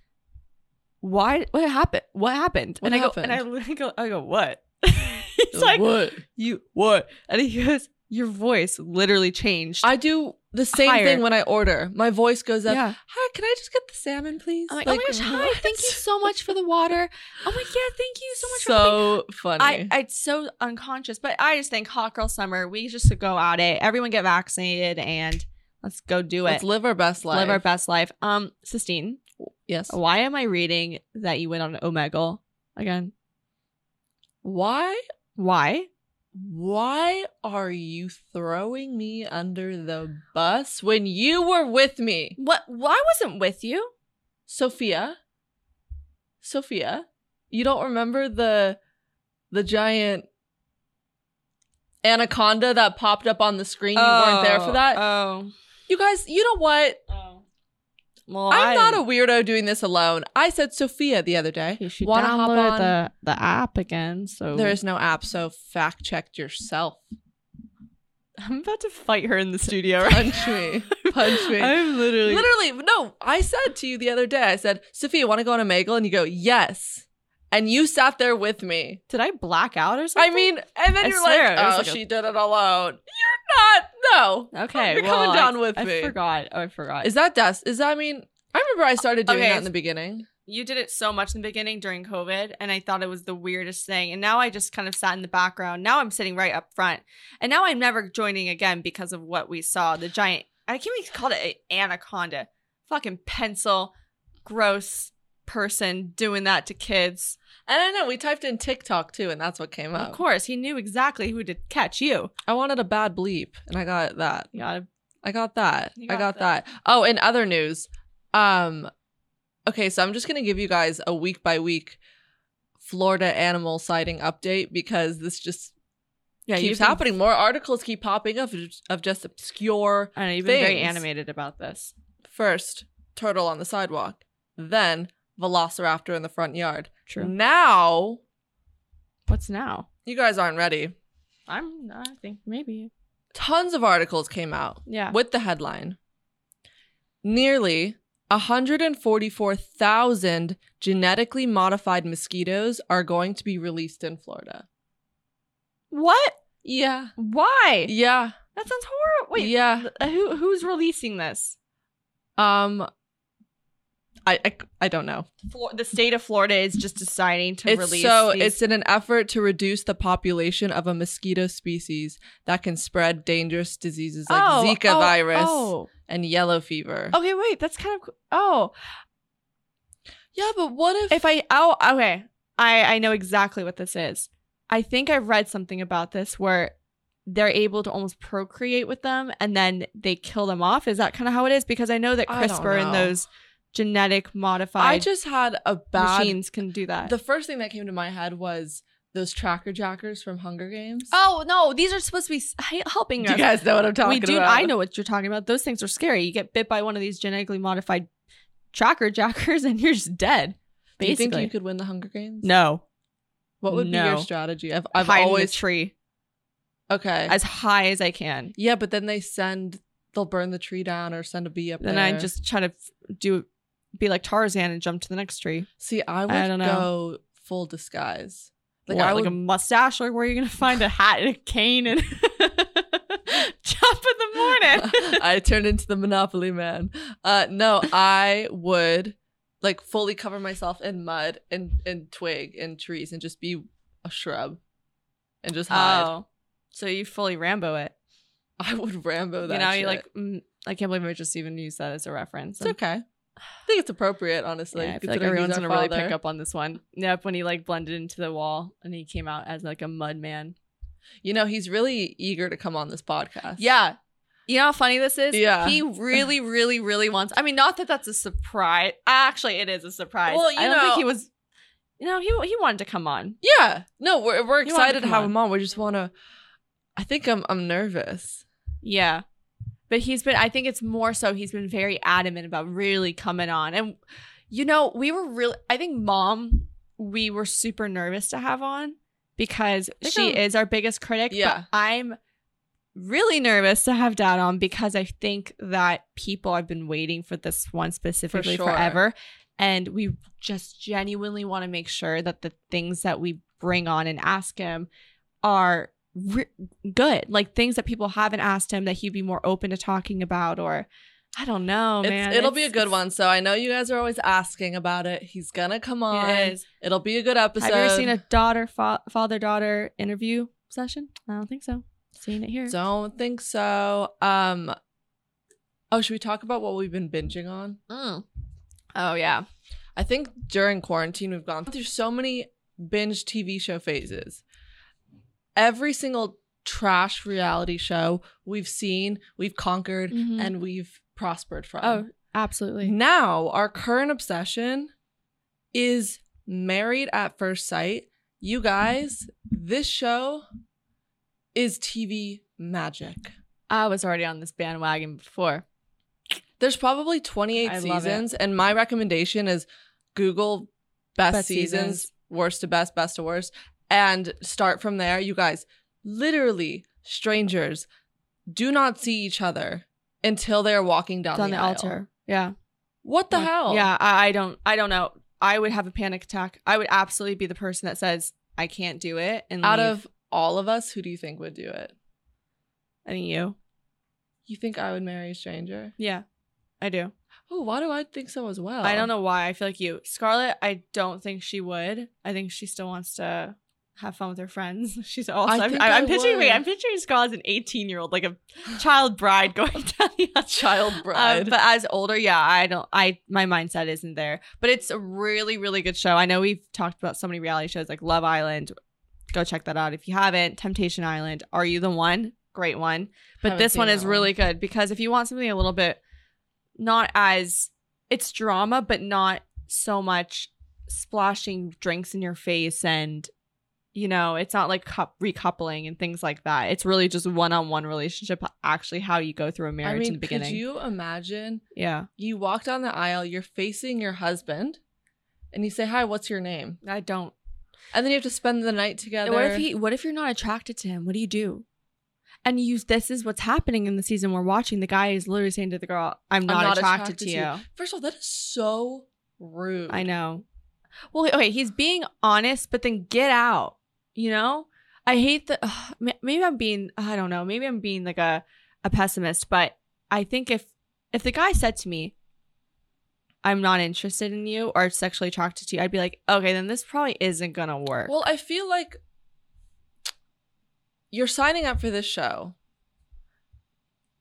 Speaker 7: Why what happened? What happened?
Speaker 6: What
Speaker 7: and I go
Speaker 6: happened?
Speaker 7: and I literally go, I go, What? He's like
Speaker 6: what?
Speaker 7: you what? And he goes, Your voice literally changed.
Speaker 6: I do the same
Speaker 7: Higher.
Speaker 6: thing when I order. My voice goes up.
Speaker 7: yeah.
Speaker 6: Hi, can I just get the salmon, please?
Speaker 7: I'm like, oh my gosh, hi,
Speaker 6: what?
Speaker 7: thank you so much for the water. Oh my god, thank you so much for helping.
Speaker 6: So funny.
Speaker 7: I, I it's so unconscious, but I just think hot girl summer, we just should go out it. Everyone get vaccinated and let's go do it.
Speaker 6: Let's live our oh, best life.
Speaker 7: Live our best life. Um, Sistine,
Speaker 6: Yes.
Speaker 7: why am I reading that you went on Omegle again?
Speaker 6: Why?
Speaker 7: Why?
Speaker 6: Why are you throwing me under the bus when you were with me?
Speaker 7: What well, I wasn't with you.
Speaker 6: Sophia, Sophia, you don't remember the the giant anaconda that popped up on the screen? You weren't there for that.
Speaker 7: Oh.
Speaker 6: you guys, you know what?
Speaker 7: oh. Well,
Speaker 6: I'm not a weirdo doing this alone. I said Sophia the other day.
Speaker 7: You should
Speaker 6: Wanna hop
Speaker 7: download
Speaker 6: on?
Speaker 7: the the app again. So
Speaker 6: There is no app, so fact check yourself.
Speaker 7: I'm about to fight her in the studio. Right?
Speaker 6: Punch me. Punch me.
Speaker 7: I'm literally.
Speaker 6: Literally, no, I said to you the other day, I said, Sophia, want to go on a Omegle? And you go, yes. And you sat there with me.
Speaker 7: Did I black out or something?
Speaker 6: I mean, and then
Speaker 7: I
Speaker 6: you're
Speaker 7: swear,
Speaker 6: like,
Speaker 7: it was
Speaker 6: oh,
Speaker 7: like a-
Speaker 6: she did it alone. You're not. No.
Speaker 7: okay.
Speaker 6: You're
Speaker 7: well,
Speaker 6: coming down
Speaker 7: I,
Speaker 6: with
Speaker 7: I
Speaker 6: me.
Speaker 7: forgot. Oh, I forgot.
Speaker 6: Is that dust? Is that I mean? I remember I started doing
Speaker 7: Okay.
Speaker 6: that in the beginning.
Speaker 7: you did it so much in the beginning during COVID, and I thought it was the weirdest thing. And now I just kind of sat in the background. Now I'm sitting right up front, and now I'm never joining again because of what we saw. The giant. I can't even call it an anaconda. Fucking pencil, gross person doing that to kids.
Speaker 6: And I know we typed in TikTok too, and that's what came up.
Speaker 7: Of course, he knew exactly who to catch you.
Speaker 6: I wanted a bad bleep, and I got that.
Speaker 7: You gotta
Speaker 6: I got that.
Speaker 7: You
Speaker 6: I
Speaker 7: got
Speaker 6: got that. Oh, in other news, um, okay, so I'm just gonna give you guys a week by week Florida animal sighting update because this just
Speaker 7: yeah,
Speaker 6: keeps happening. More articles keep popping up of just obscure
Speaker 7: I know you've been very
Speaker 6: things.
Speaker 7: animated about this.
Speaker 6: First, turtle on the sidewalk. Then, velociraptor in the front yard. Now,
Speaker 7: Mm, What's now?
Speaker 6: you guys aren't ready.
Speaker 7: I'm. I think maybe.
Speaker 6: Tons of articles came out
Speaker 7: Yeah.
Speaker 6: with the headline Nearly 144,000 genetically modified mosquitoes are going to be released in Florida.
Speaker 7: What?
Speaker 6: Yeah.
Speaker 7: Why?
Speaker 6: Yeah.
Speaker 7: That sounds horrible. Wait.
Speaker 6: Yeah.
Speaker 7: th- Uh, Who who's releasing this?
Speaker 6: Um, I, I, I don't know.
Speaker 7: Flor- the state of Florida is just deciding to
Speaker 6: it's
Speaker 7: release.
Speaker 6: so
Speaker 7: these-
Speaker 6: it's in an effort to reduce the population of a mosquito species that can spread dangerous diseases like
Speaker 7: Oh,
Speaker 6: Zika
Speaker 7: oh,
Speaker 6: virus
Speaker 7: Oh.
Speaker 6: and yellow fever.
Speaker 7: Okay. Wait. That's kind of. co- Oh.
Speaker 6: yeah, but what
Speaker 7: If I. Oh. Okay. I I know exactly what this is. I think I've read something about this where they're able to almost procreate with them and then they kill them off. Is that kind of how it is? Because I know that
Speaker 6: I don't
Speaker 7: CRISPR and
Speaker 6: know.
Speaker 7: those genetic
Speaker 6: I
Speaker 7: modified
Speaker 6: just had a bad
Speaker 7: machines can do that.
Speaker 6: The first thing that came to my head was those tracker jackers from Hunger Games.
Speaker 7: oh no, these are supposed to be s- he- helping
Speaker 6: you
Speaker 7: us.
Speaker 6: guys know what I'm talking
Speaker 7: we do.
Speaker 6: about.
Speaker 7: I know what you're talking about. Those things are scary. You get bit by one of these genetically modified tracker jackers, and you're just dead.
Speaker 6: Do you think
Speaker 7: Basically,
Speaker 6: you could win the Hunger Games?
Speaker 7: no.
Speaker 6: What would be your
Speaker 7: No.
Speaker 6: strategy? I've, I've
Speaker 7: Hide in the
Speaker 6: always
Speaker 7: tree
Speaker 6: okay.
Speaker 7: as high as I can.
Speaker 6: yeah, but then they send they'll burn the tree down or send a bee up
Speaker 7: Then
Speaker 6: there.
Speaker 7: I just try to f- do be like Tarzan and jump to the next tree.
Speaker 6: See, I would
Speaker 7: don't know.
Speaker 6: go full disguise. Like
Speaker 7: What,
Speaker 6: I
Speaker 7: like
Speaker 6: would,
Speaker 7: a mustache, or where you're gonna find a hat and a cane and jump in the morning.
Speaker 6: I turned into the Monopoly man. Uh, no, I would like fully cover myself in mud and and twig and trees and just be a shrub and just hide.
Speaker 7: oh, so you fully Rambo it.
Speaker 6: I would Rambo that.
Speaker 7: you know, you
Speaker 6: shit.
Speaker 7: like, mm, I can't believe I just even used that as a reference.
Speaker 6: it's okay. I think it's appropriate, honestly.
Speaker 7: yeah, I feel like
Speaker 6: considering
Speaker 7: everyone's
Speaker 6: he's our
Speaker 7: gonna really pick
Speaker 6: father.
Speaker 7: up on this one. Yep, when he like blended into the wall and he came out as like a mud man.
Speaker 6: You know, he's really eager to come on this podcast.
Speaker 7: Yeah. You know how funny this is?
Speaker 6: Yeah.
Speaker 7: He really, really, really wants. I mean, not that that's a surprise. Actually, it is a surprise.
Speaker 6: Well, you
Speaker 7: I don't think
Speaker 6: know-
Speaker 7: he was. You know, he he wanted to come on.
Speaker 6: Yeah. No, we're we're
Speaker 7: to
Speaker 6: excited to
Speaker 7: come
Speaker 6: have
Speaker 7: on.
Speaker 6: him on. We just want to. I think I'm I'm nervous.
Speaker 7: Yeah. But he's been, I think it's more so he's been very adamant about really coming on. And, you know, we were really, I think mom, we were super nervous to have on because
Speaker 6: think
Speaker 7: she
Speaker 6: I'm-
Speaker 7: is our biggest critic.
Speaker 6: Yeah.
Speaker 7: But I'm really nervous to have dad on because I think that people have been waiting for this one specifically
Speaker 6: sure.
Speaker 7: forever. And we just genuinely want to make sure that the things that we bring on and ask him are re- good, like things that people haven't asked him that he'd be more open to talking about, or I don't know,
Speaker 6: It's-
Speaker 7: Oh, man.
Speaker 6: it'll be a
Speaker 7: It's-
Speaker 6: good one. So I know you guys are always asking about it. He's gonna come on.
Speaker 7: It is.
Speaker 6: It'll be a good episode.
Speaker 7: Have you ever seen a daughter fa- father daughter interview session? I don't think so. Seeing it here.
Speaker 6: Don't think so. Um. Oh, should we talk about what we've been binging on?
Speaker 7: Mm. Oh yeah,
Speaker 6: I think during quarantine we've gone through so many binge TV show phases. Every single trash reality show we've seen, we've conquered,
Speaker 7: Mhm.
Speaker 6: and we've prospered from.
Speaker 7: oh
Speaker 6: Mm-hmm.
Speaker 7: absolutely.
Speaker 6: Now, our current obsession is Married at First Sight. You guys, this show is TV magic.
Speaker 7: I was already on this bandwagon before.
Speaker 6: There's probably 28
Speaker 7: I love it.
Speaker 6: seasons, and my recommendation is Google best,
Speaker 7: Best
Speaker 6: seasons,
Speaker 7: seasons.
Speaker 6: worst to best, best to worst, and start from there. You guys, literally, strangers do not see each other until they are walking down,
Speaker 7: It's on
Speaker 6: the,
Speaker 7: the
Speaker 6: aisle.
Speaker 7: altar. Yeah.
Speaker 6: What the
Speaker 7: Like,
Speaker 6: hell?
Speaker 7: Yeah, I, I don't I don't know. I would have a panic attack. I would absolutely be the person that says I can't do it. And
Speaker 6: Out
Speaker 7: leave.
Speaker 6: of all of us, who do you think would do it?
Speaker 7: I mean you.
Speaker 6: You think I would marry a stranger?
Speaker 7: Yeah, I do.
Speaker 6: Oh, why do I think so as well?
Speaker 7: I don't know why. I feel like you, Scarlett. I don't think she would. I think she still wants to have fun with her friends. She's also. I
Speaker 6: think
Speaker 7: I, am
Speaker 6: I
Speaker 7: picturing. Wait,
Speaker 6: would.
Speaker 7: I'm picturing Scarlett as an 18 year old, like a child bride going down the aisle.
Speaker 6: Child
Speaker 7: Uh,
Speaker 6: bride.
Speaker 7: but as older, yeah, I don't. I my mindset isn't there. But it's a really, really good show. I know we've talked about so many reality shows like Love Island. Go check that out if you haven't. Temptation Island. Are you the one? Great one. But
Speaker 6: Haven't
Speaker 7: this
Speaker 6: seen
Speaker 7: one
Speaker 6: that
Speaker 7: is really good because if you want something a little bit not as it's drama, but not so much splashing drinks in your face and you know it's not like cou- recoupling and things like that it's really just one-on-one relationship actually how you go through a marriage
Speaker 6: I mean,
Speaker 7: in the beginning
Speaker 6: could you imagine
Speaker 7: yeah
Speaker 6: you walk down the aisle, you're facing your husband, and you say, "Hi, what's your name?"
Speaker 7: I don't.
Speaker 6: And then you have to spend the night together.
Speaker 7: What if he? What if you're not attracted to him? What do you do? And you, this is what's happening in the season we're watching. The guy is literally saying to the girl, "I'm not, attracted, to you.
Speaker 6: First of all, that is so rude.
Speaker 7: I know. Well, okay, he's being honest, but then get out. You know, I hate the. ugh, ma- maybe I'm being. I don't know. Maybe I'm being like a a pessimist, but I think if if the guy said to me, "I'm not interested in you" or sexually attracted to you, I'd be like, okay, then this probably isn't gonna work.
Speaker 6: Well, I feel like you're signing up for this show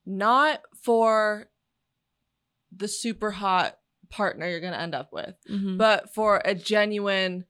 Speaker 6: not for the super hot partner you're going to end up with,
Speaker 7: Mhm.
Speaker 6: but for a genuine,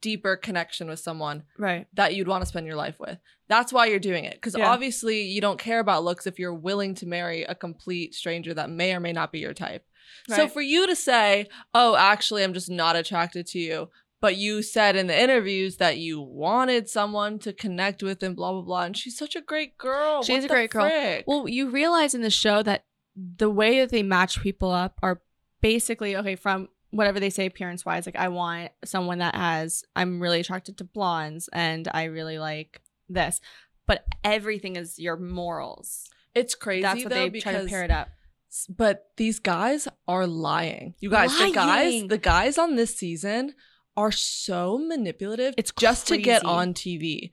Speaker 6: deeper connection with someone
Speaker 7: right.
Speaker 6: that you'd want to spend your life with. That's why you're doing it. Because
Speaker 7: Yeah.
Speaker 6: obviously, you don't care about looks if you're willing to marry a complete stranger that may or may not be your type. So
Speaker 7: Right.
Speaker 6: for you to say, oh, actually, I'm just not attracted to you, but you said in the interviews that you wanted someone to connect with and blah, blah, blah. And she's such a great girl.
Speaker 7: She
Speaker 6: What
Speaker 7: is a
Speaker 6: the
Speaker 7: great girl.
Speaker 6: frick?
Speaker 7: Well, you realize in the show that the way that they match people up are basically okay from whatever they say appearance wise. Like, I want someone that has, I'm really attracted to blondes and I really like this. But everything is your morals.
Speaker 6: it's crazy.
Speaker 7: That's what
Speaker 6: though,
Speaker 7: they
Speaker 6: because
Speaker 7: try to pair it up.
Speaker 6: S- but these guys are lying. You guys, the guys,
Speaker 7: Lying.
Speaker 6: the guys on this season are so manipulative.
Speaker 7: It's
Speaker 6: just to get
Speaker 7: crazy.
Speaker 6: on TV.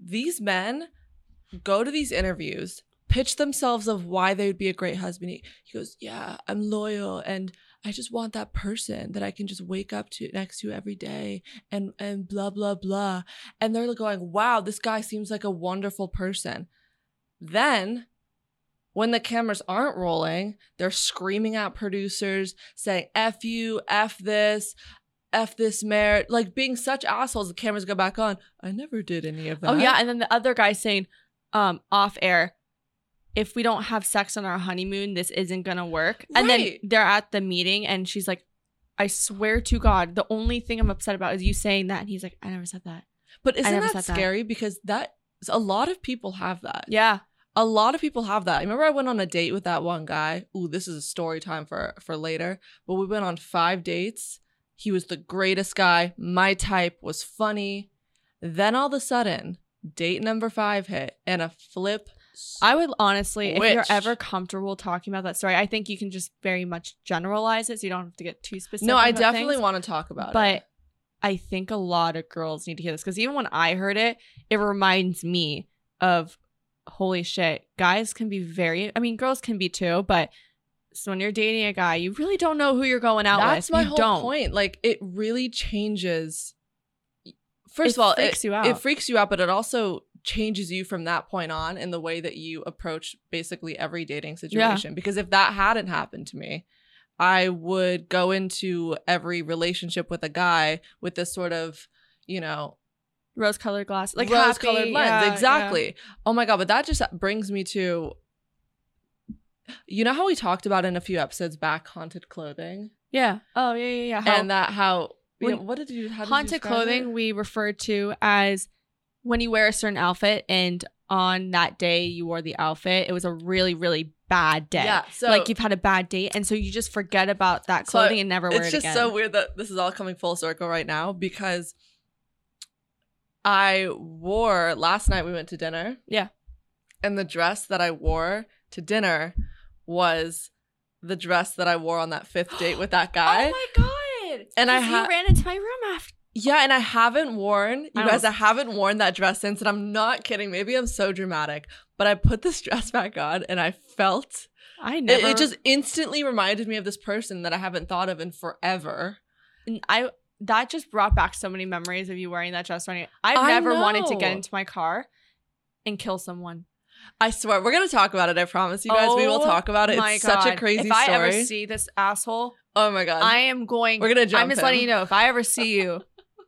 Speaker 6: These men go to these interviews, pitch themselves of why they would be a great husband. He, he goes, "Yeah, I'm loyal and I just want that person that I can just wake up to next to every day and and blah blah blah." And they're going, "Wow, this guy seems like a wonderful person." Then When the cameras aren't rolling, they're screaming at producers, saying F you, F this, F this mayor, like being such assholes. The cameras go back on. I never did any of that.
Speaker 7: Oh yeah, and then the other guy saying, um, off air, if we don't have sex on our honeymoon, this isn't gonna work. And then
Speaker 6: Right.
Speaker 7: they're at the meeting, and she's like, "I swear to God, the only thing I'm upset about is you saying that." And he's like, "I never said that."
Speaker 6: But isn't
Speaker 7: never
Speaker 6: that
Speaker 7: said that.
Speaker 6: scary? Because that a lot of people have that.
Speaker 7: Yeah,
Speaker 6: A lot of people have that. I remember I went on a date with that one guy. Ooh, this is a story time for for later. But we went on five dates. He was the greatest guy. My type was funny. Then all of a sudden, date number five hit, and a flip.
Speaker 7: I would honestly, if you're
Speaker 6: Which-
Speaker 7: ever comfortable talking about that story, I think you can just very much generalize it, so you don't have to get too specific.
Speaker 6: no, I
Speaker 7: about
Speaker 6: definitely
Speaker 7: things.
Speaker 6: want to talk about
Speaker 7: but
Speaker 6: it.
Speaker 7: I think a lot of girls need to hear this because even when I heard it, it reminds me of holy shit, guys can be very I mean, girls can be too, but so when you're dating a guy, you really don't know who you're going out
Speaker 6: That's
Speaker 7: with.
Speaker 6: my
Speaker 7: You
Speaker 6: whole
Speaker 7: don't.
Speaker 6: point. Like it really changes. First
Speaker 7: It
Speaker 6: of all, it,
Speaker 7: freaks you out.
Speaker 6: it freaks you out, but it also changes you from that point on in the way that you approach basically every dating situation. Because if that hadn't happened to me, I would go into every relationship with a guy with this sort of, you know,
Speaker 7: Rose colored glasses. Like
Speaker 6: rose
Speaker 7: happy,
Speaker 6: colored lens.
Speaker 7: yeah, yeah.
Speaker 6: exactly. Oh my God. But that just brings me to you know how we talked about in a few episodes back haunted clothing?
Speaker 7: Yeah. Oh yeah, yeah, yeah. How-
Speaker 6: and that how you
Speaker 7: When-
Speaker 6: know, what did you how did you
Speaker 7: haunted
Speaker 6: describe
Speaker 7: clothing
Speaker 6: it?
Speaker 7: we refer to as when you wear a certain outfit and on that day you wore the outfit, it was a really, really bad day.
Speaker 6: yeah so
Speaker 7: like you've had a bad date, and so you just forget about that
Speaker 6: So
Speaker 7: clothing and never wear
Speaker 6: it's
Speaker 7: it
Speaker 6: just
Speaker 7: again.
Speaker 6: so weird that this is all coming full circle right now because i wore last night we went to dinner
Speaker 7: Yeah.
Speaker 6: and the dress that i wore to dinner was the dress that i wore on that fifth date with that guy
Speaker 7: Oh my god!
Speaker 6: And I
Speaker 7: 'Cause
Speaker 6: ha-
Speaker 7: you ran into my room after.
Speaker 6: yeah and i haven't worn you
Speaker 7: I
Speaker 6: guys
Speaker 7: almost-
Speaker 6: i haven't worn that dress since and i'm not kidding maybe i'm so dramatic but i put this dress back on and i felt
Speaker 7: I
Speaker 6: It-
Speaker 7: never.
Speaker 6: It, just instantly reminded me of this person that I haven't thought of in forever.
Speaker 7: and I that just brought back so many memories of you wearing that dress. Running. I've
Speaker 6: I
Speaker 7: never wanted to
Speaker 6: know.
Speaker 7: get into my car and kill someone.
Speaker 6: I swear, we're gonna talk about it. I promise you guys, we will
Speaker 7: Oh
Speaker 6: talk about it.
Speaker 7: my
Speaker 6: It's such a
Speaker 7: God.
Speaker 6: crazy
Speaker 7: If
Speaker 6: story.
Speaker 7: I ever see this asshole,
Speaker 6: oh my god,
Speaker 7: I am going.
Speaker 6: we're gonna jump.
Speaker 7: I'm just
Speaker 6: him.
Speaker 7: letting you know if I ever see you,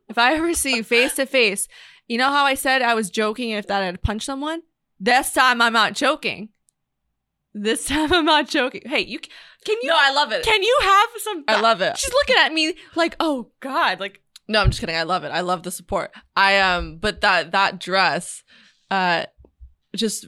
Speaker 7: if I ever see you face to face, you know how I said I was joking if that I'd punch someone? This time I'm not joking. This time I'm not joking. Hey, you c- can you
Speaker 6: No, I love it.
Speaker 7: can you have some
Speaker 6: I love it.
Speaker 7: She's looking at me like, "Oh god, like
Speaker 6: No, I'm just kidding. I love it. I love the support. I um, but that that dress, uh, just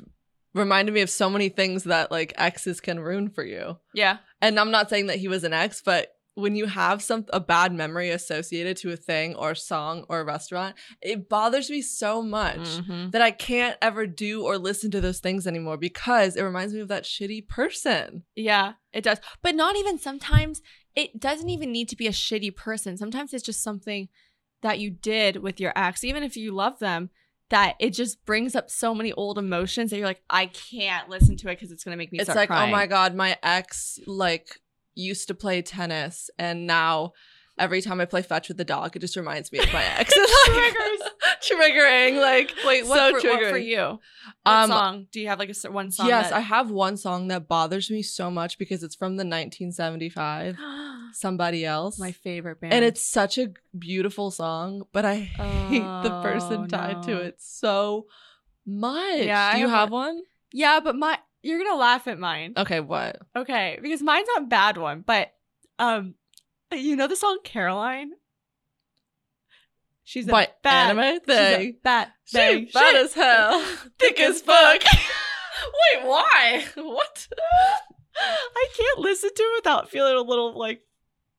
Speaker 6: reminded me of so many things that like exes can ruin for you.
Speaker 7: yeah,
Speaker 6: and I'm not saying that he was an ex, but when you have some a bad memory associated to a thing or a song or a restaurant, it bothers me so much
Speaker 7: Mm. Mm-hmm.
Speaker 6: that I can't ever do or listen to those things anymore because it reminds me of that shitty person.
Speaker 7: yeah, it does." But not even sometimes it doesn't even need to be a shitty person. Sometimes it's just something that you did with your ex, even if you love them, that it just brings up so many old emotions that you're like, I can't listen to it because it's gonna make me.
Speaker 6: It's
Speaker 7: start
Speaker 6: like,
Speaker 7: crying.
Speaker 6: oh my god, my ex like used to play tennis and now every time I play fetch with the dog, it just reminds me of my ex. It's like- triggering, like
Speaker 7: Wait, what,
Speaker 6: so
Speaker 7: for, what for
Speaker 6: triggering.
Speaker 7: you? What
Speaker 6: Um,
Speaker 7: song? Do you have like a cer- one song?
Speaker 6: Yes, I
Speaker 7: that-
Speaker 6: have one song that bothers me so much because it's from the 1975. somebody else.
Speaker 7: my favorite band.
Speaker 6: and it's such a beautiful song, but I hate the
Speaker 7: Oh,
Speaker 6: person tied
Speaker 7: no.
Speaker 6: to it so much.
Speaker 7: Yeah,
Speaker 6: Do
Speaker 7: I
Speaker 6: you
Speaker 7: have
Speaker 6: have one?
Speaker 7: yeah, but my you're gonna laugh at mine.
Speaker 6: Okay, what?
Speaker 7: Okay, because mine's not a bad one, but um, you know the song Caroline. She's a
Speaker 6: By
Speaker 7: bad
Speaker 6: anime
Speaker 7: She's a
Speaker 6: thing.
Speaker 7: bad
Speaker 6: She
Speaker 7: thing.
Speaker 6: bad
Speaker 7: Shit.
Speaker 6: as hell. Thick as fuck. Wait, why? What?
Speaker 7: I can't listen to it without feeling a little like.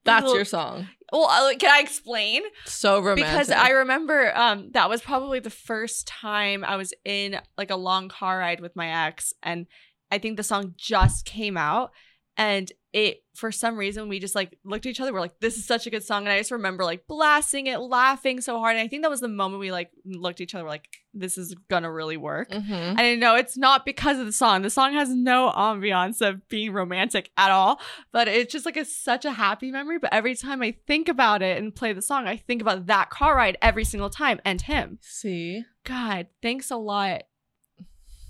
Speaker 6: That's
Speaker 7: little-
Speaker 6: your song.
Speaker 7: Well,
Speaker 6: uh,
Speaker 7: I- can I explain?
Speaker 6: So romantic.
Speaker 7: Because I remember um, that was probably the first time I was in like a long car ride with my ex, and I think the song just came out, and it for some reason we just like looked at each other. We're like, "This is such a good song," and I just remember like blasting it, laughing so hard. And I think that was the moment we like looked at each other. We're like, "This is gonna really work."
Speaker 6: Mhm.
Speaker 7: And I know it's not because of the song. The song has no ambiance of being romantic at all, but it's just like a, such a happy memory. But every time I think about it and play the song, I think about that car ride every single time and him.
Speaker 6: see.
Speaker 7: God, thanks a lot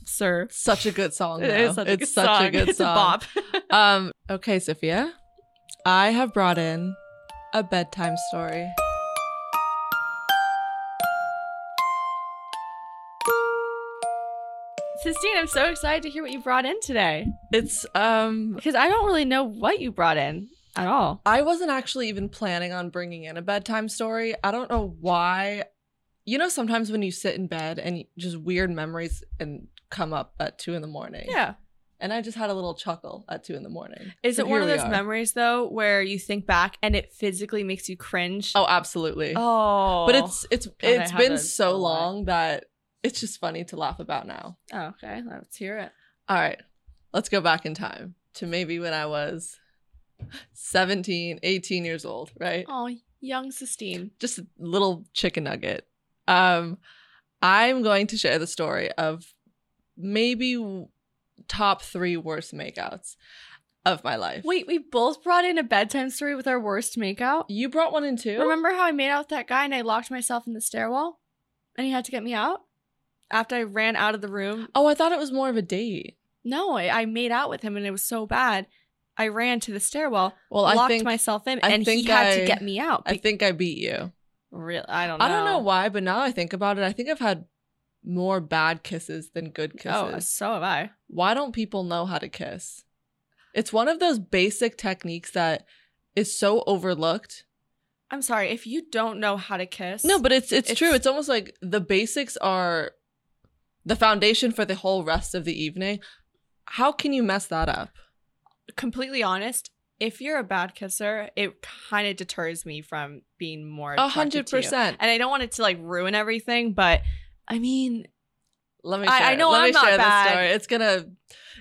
Speaker 7: sir.
Speaker 6: Such a good song.
Speaker 7: It
Speaker 6: though.
Speaker 7: is such a
Speaker 6: Oh, it's
Speaker 7: good
Speaker 6: such
Speaker 7: song.
Speaker 6: a good
Speaker 7: It's a
Speaker 6: song.
Speaker 7: bop.
Speaker 6: Um, okay, Sophia, I have brought in a bedtime story.
Speaker 7: Sistine, I'm so excited to hear what you brought in today
Speaker 6: It's um,
Speaker 7: because I don't really know what you brought in at all.
Speaker 6: I wasn't actually even planning on bringing in a bedtime story. I don't know why. You know, sometimes when you sit in bed and just weird memories and come up at two in the morning.
Speaker 7: Yeah.
Speaker 6: And I just had a little chuckle at two in the morning.
Speaker 7: Is
Speaker 6: So
Speaker 7: it one
Speaker 6: here
Speaker 7: of
Speaker 6: we
Speaker 7: those
Speaker 6: are.
Speaker 7: memories though where you think back and it physically makes you cringe?
Speaker 6: Oh, absolutely.
Speaker 7: Oh.
Speaker 6: but it's it's
Speaker 7: I
Speaker 6: it's
Speaker 7: have
Speaker 6: been
Speaker 7: those a
Speaker 6: so
Speaker 7: lot.
Speaker 6: long that it's just funny to laugh about now.
Speaker 7: Oh, okay. Let's hear it.
Speaker 6: All right. Let's go back in time to maybe when I was 17, 18 years old, right?
Speaker 7: Oh, young Sistine.
Speaker 6: Just a little chicken nugget. Um I'm going to share the story of maybe w- top 3 worst makeouts of my life.
Speaker 7: Wait, we both brought in a bedtime story with our worst makeout.
Speaker 6: you brought one in too?
Speaker 7: Remember how I made out with that guy and I locked myself in the stairwell and he had to get me out? After I ran out of the room.
Speaker 6: Oh, I thought it was more of a date.
Speaker 7: No, I, I made out with him and it was so bad. I ran to the stairwell,
Speaker 6: Well,
Speaker 7: locked
Speaker 6: I think
Speaker 7: myself in,
Speaker 6: I
Speaker 7: and he
Speaker 6: think
Speaker 7: had to
Speaker 6: I-
Speaker 7: get me out.
Speaker 6: I think I beat you.
Speaker 7: really, I don't know.
Speaker 6: I don't know why, but now I think about it, I think I've had more bad kisses than good kisses.
Speaker 7: Oh, so have I.
Speaker 6: why don't people know how to kiss? It's one of those basic techniques that is so overlooked.
Speaker 7: I'm sorry if you don't know how to kiss.
Speaker 6: No, but it's it's,
Speaker 7: It's-
Speaker 6: true. It's almost like the basics are the foundation for the whole rest of the evening. How can you mess that up?
Speaker 7: completely honest, if you're a bad kisser, it kind of deters me from being more.
Speaker 6: A
Speaker 7: attracted
Speaker 6: hundred
Speaker 7: to you.
Speaker 6: percent.
Speaker 7: And I don't want it to like ruin everything, but I mean,
Speaker 6: Let me. Share.
Speaker 7: I- I know
Speaker 6: Let me
Speaker 7: I'm not
Speaker 6: share
Speaker 7: bad.
Speaker 6: This story. It's gonna.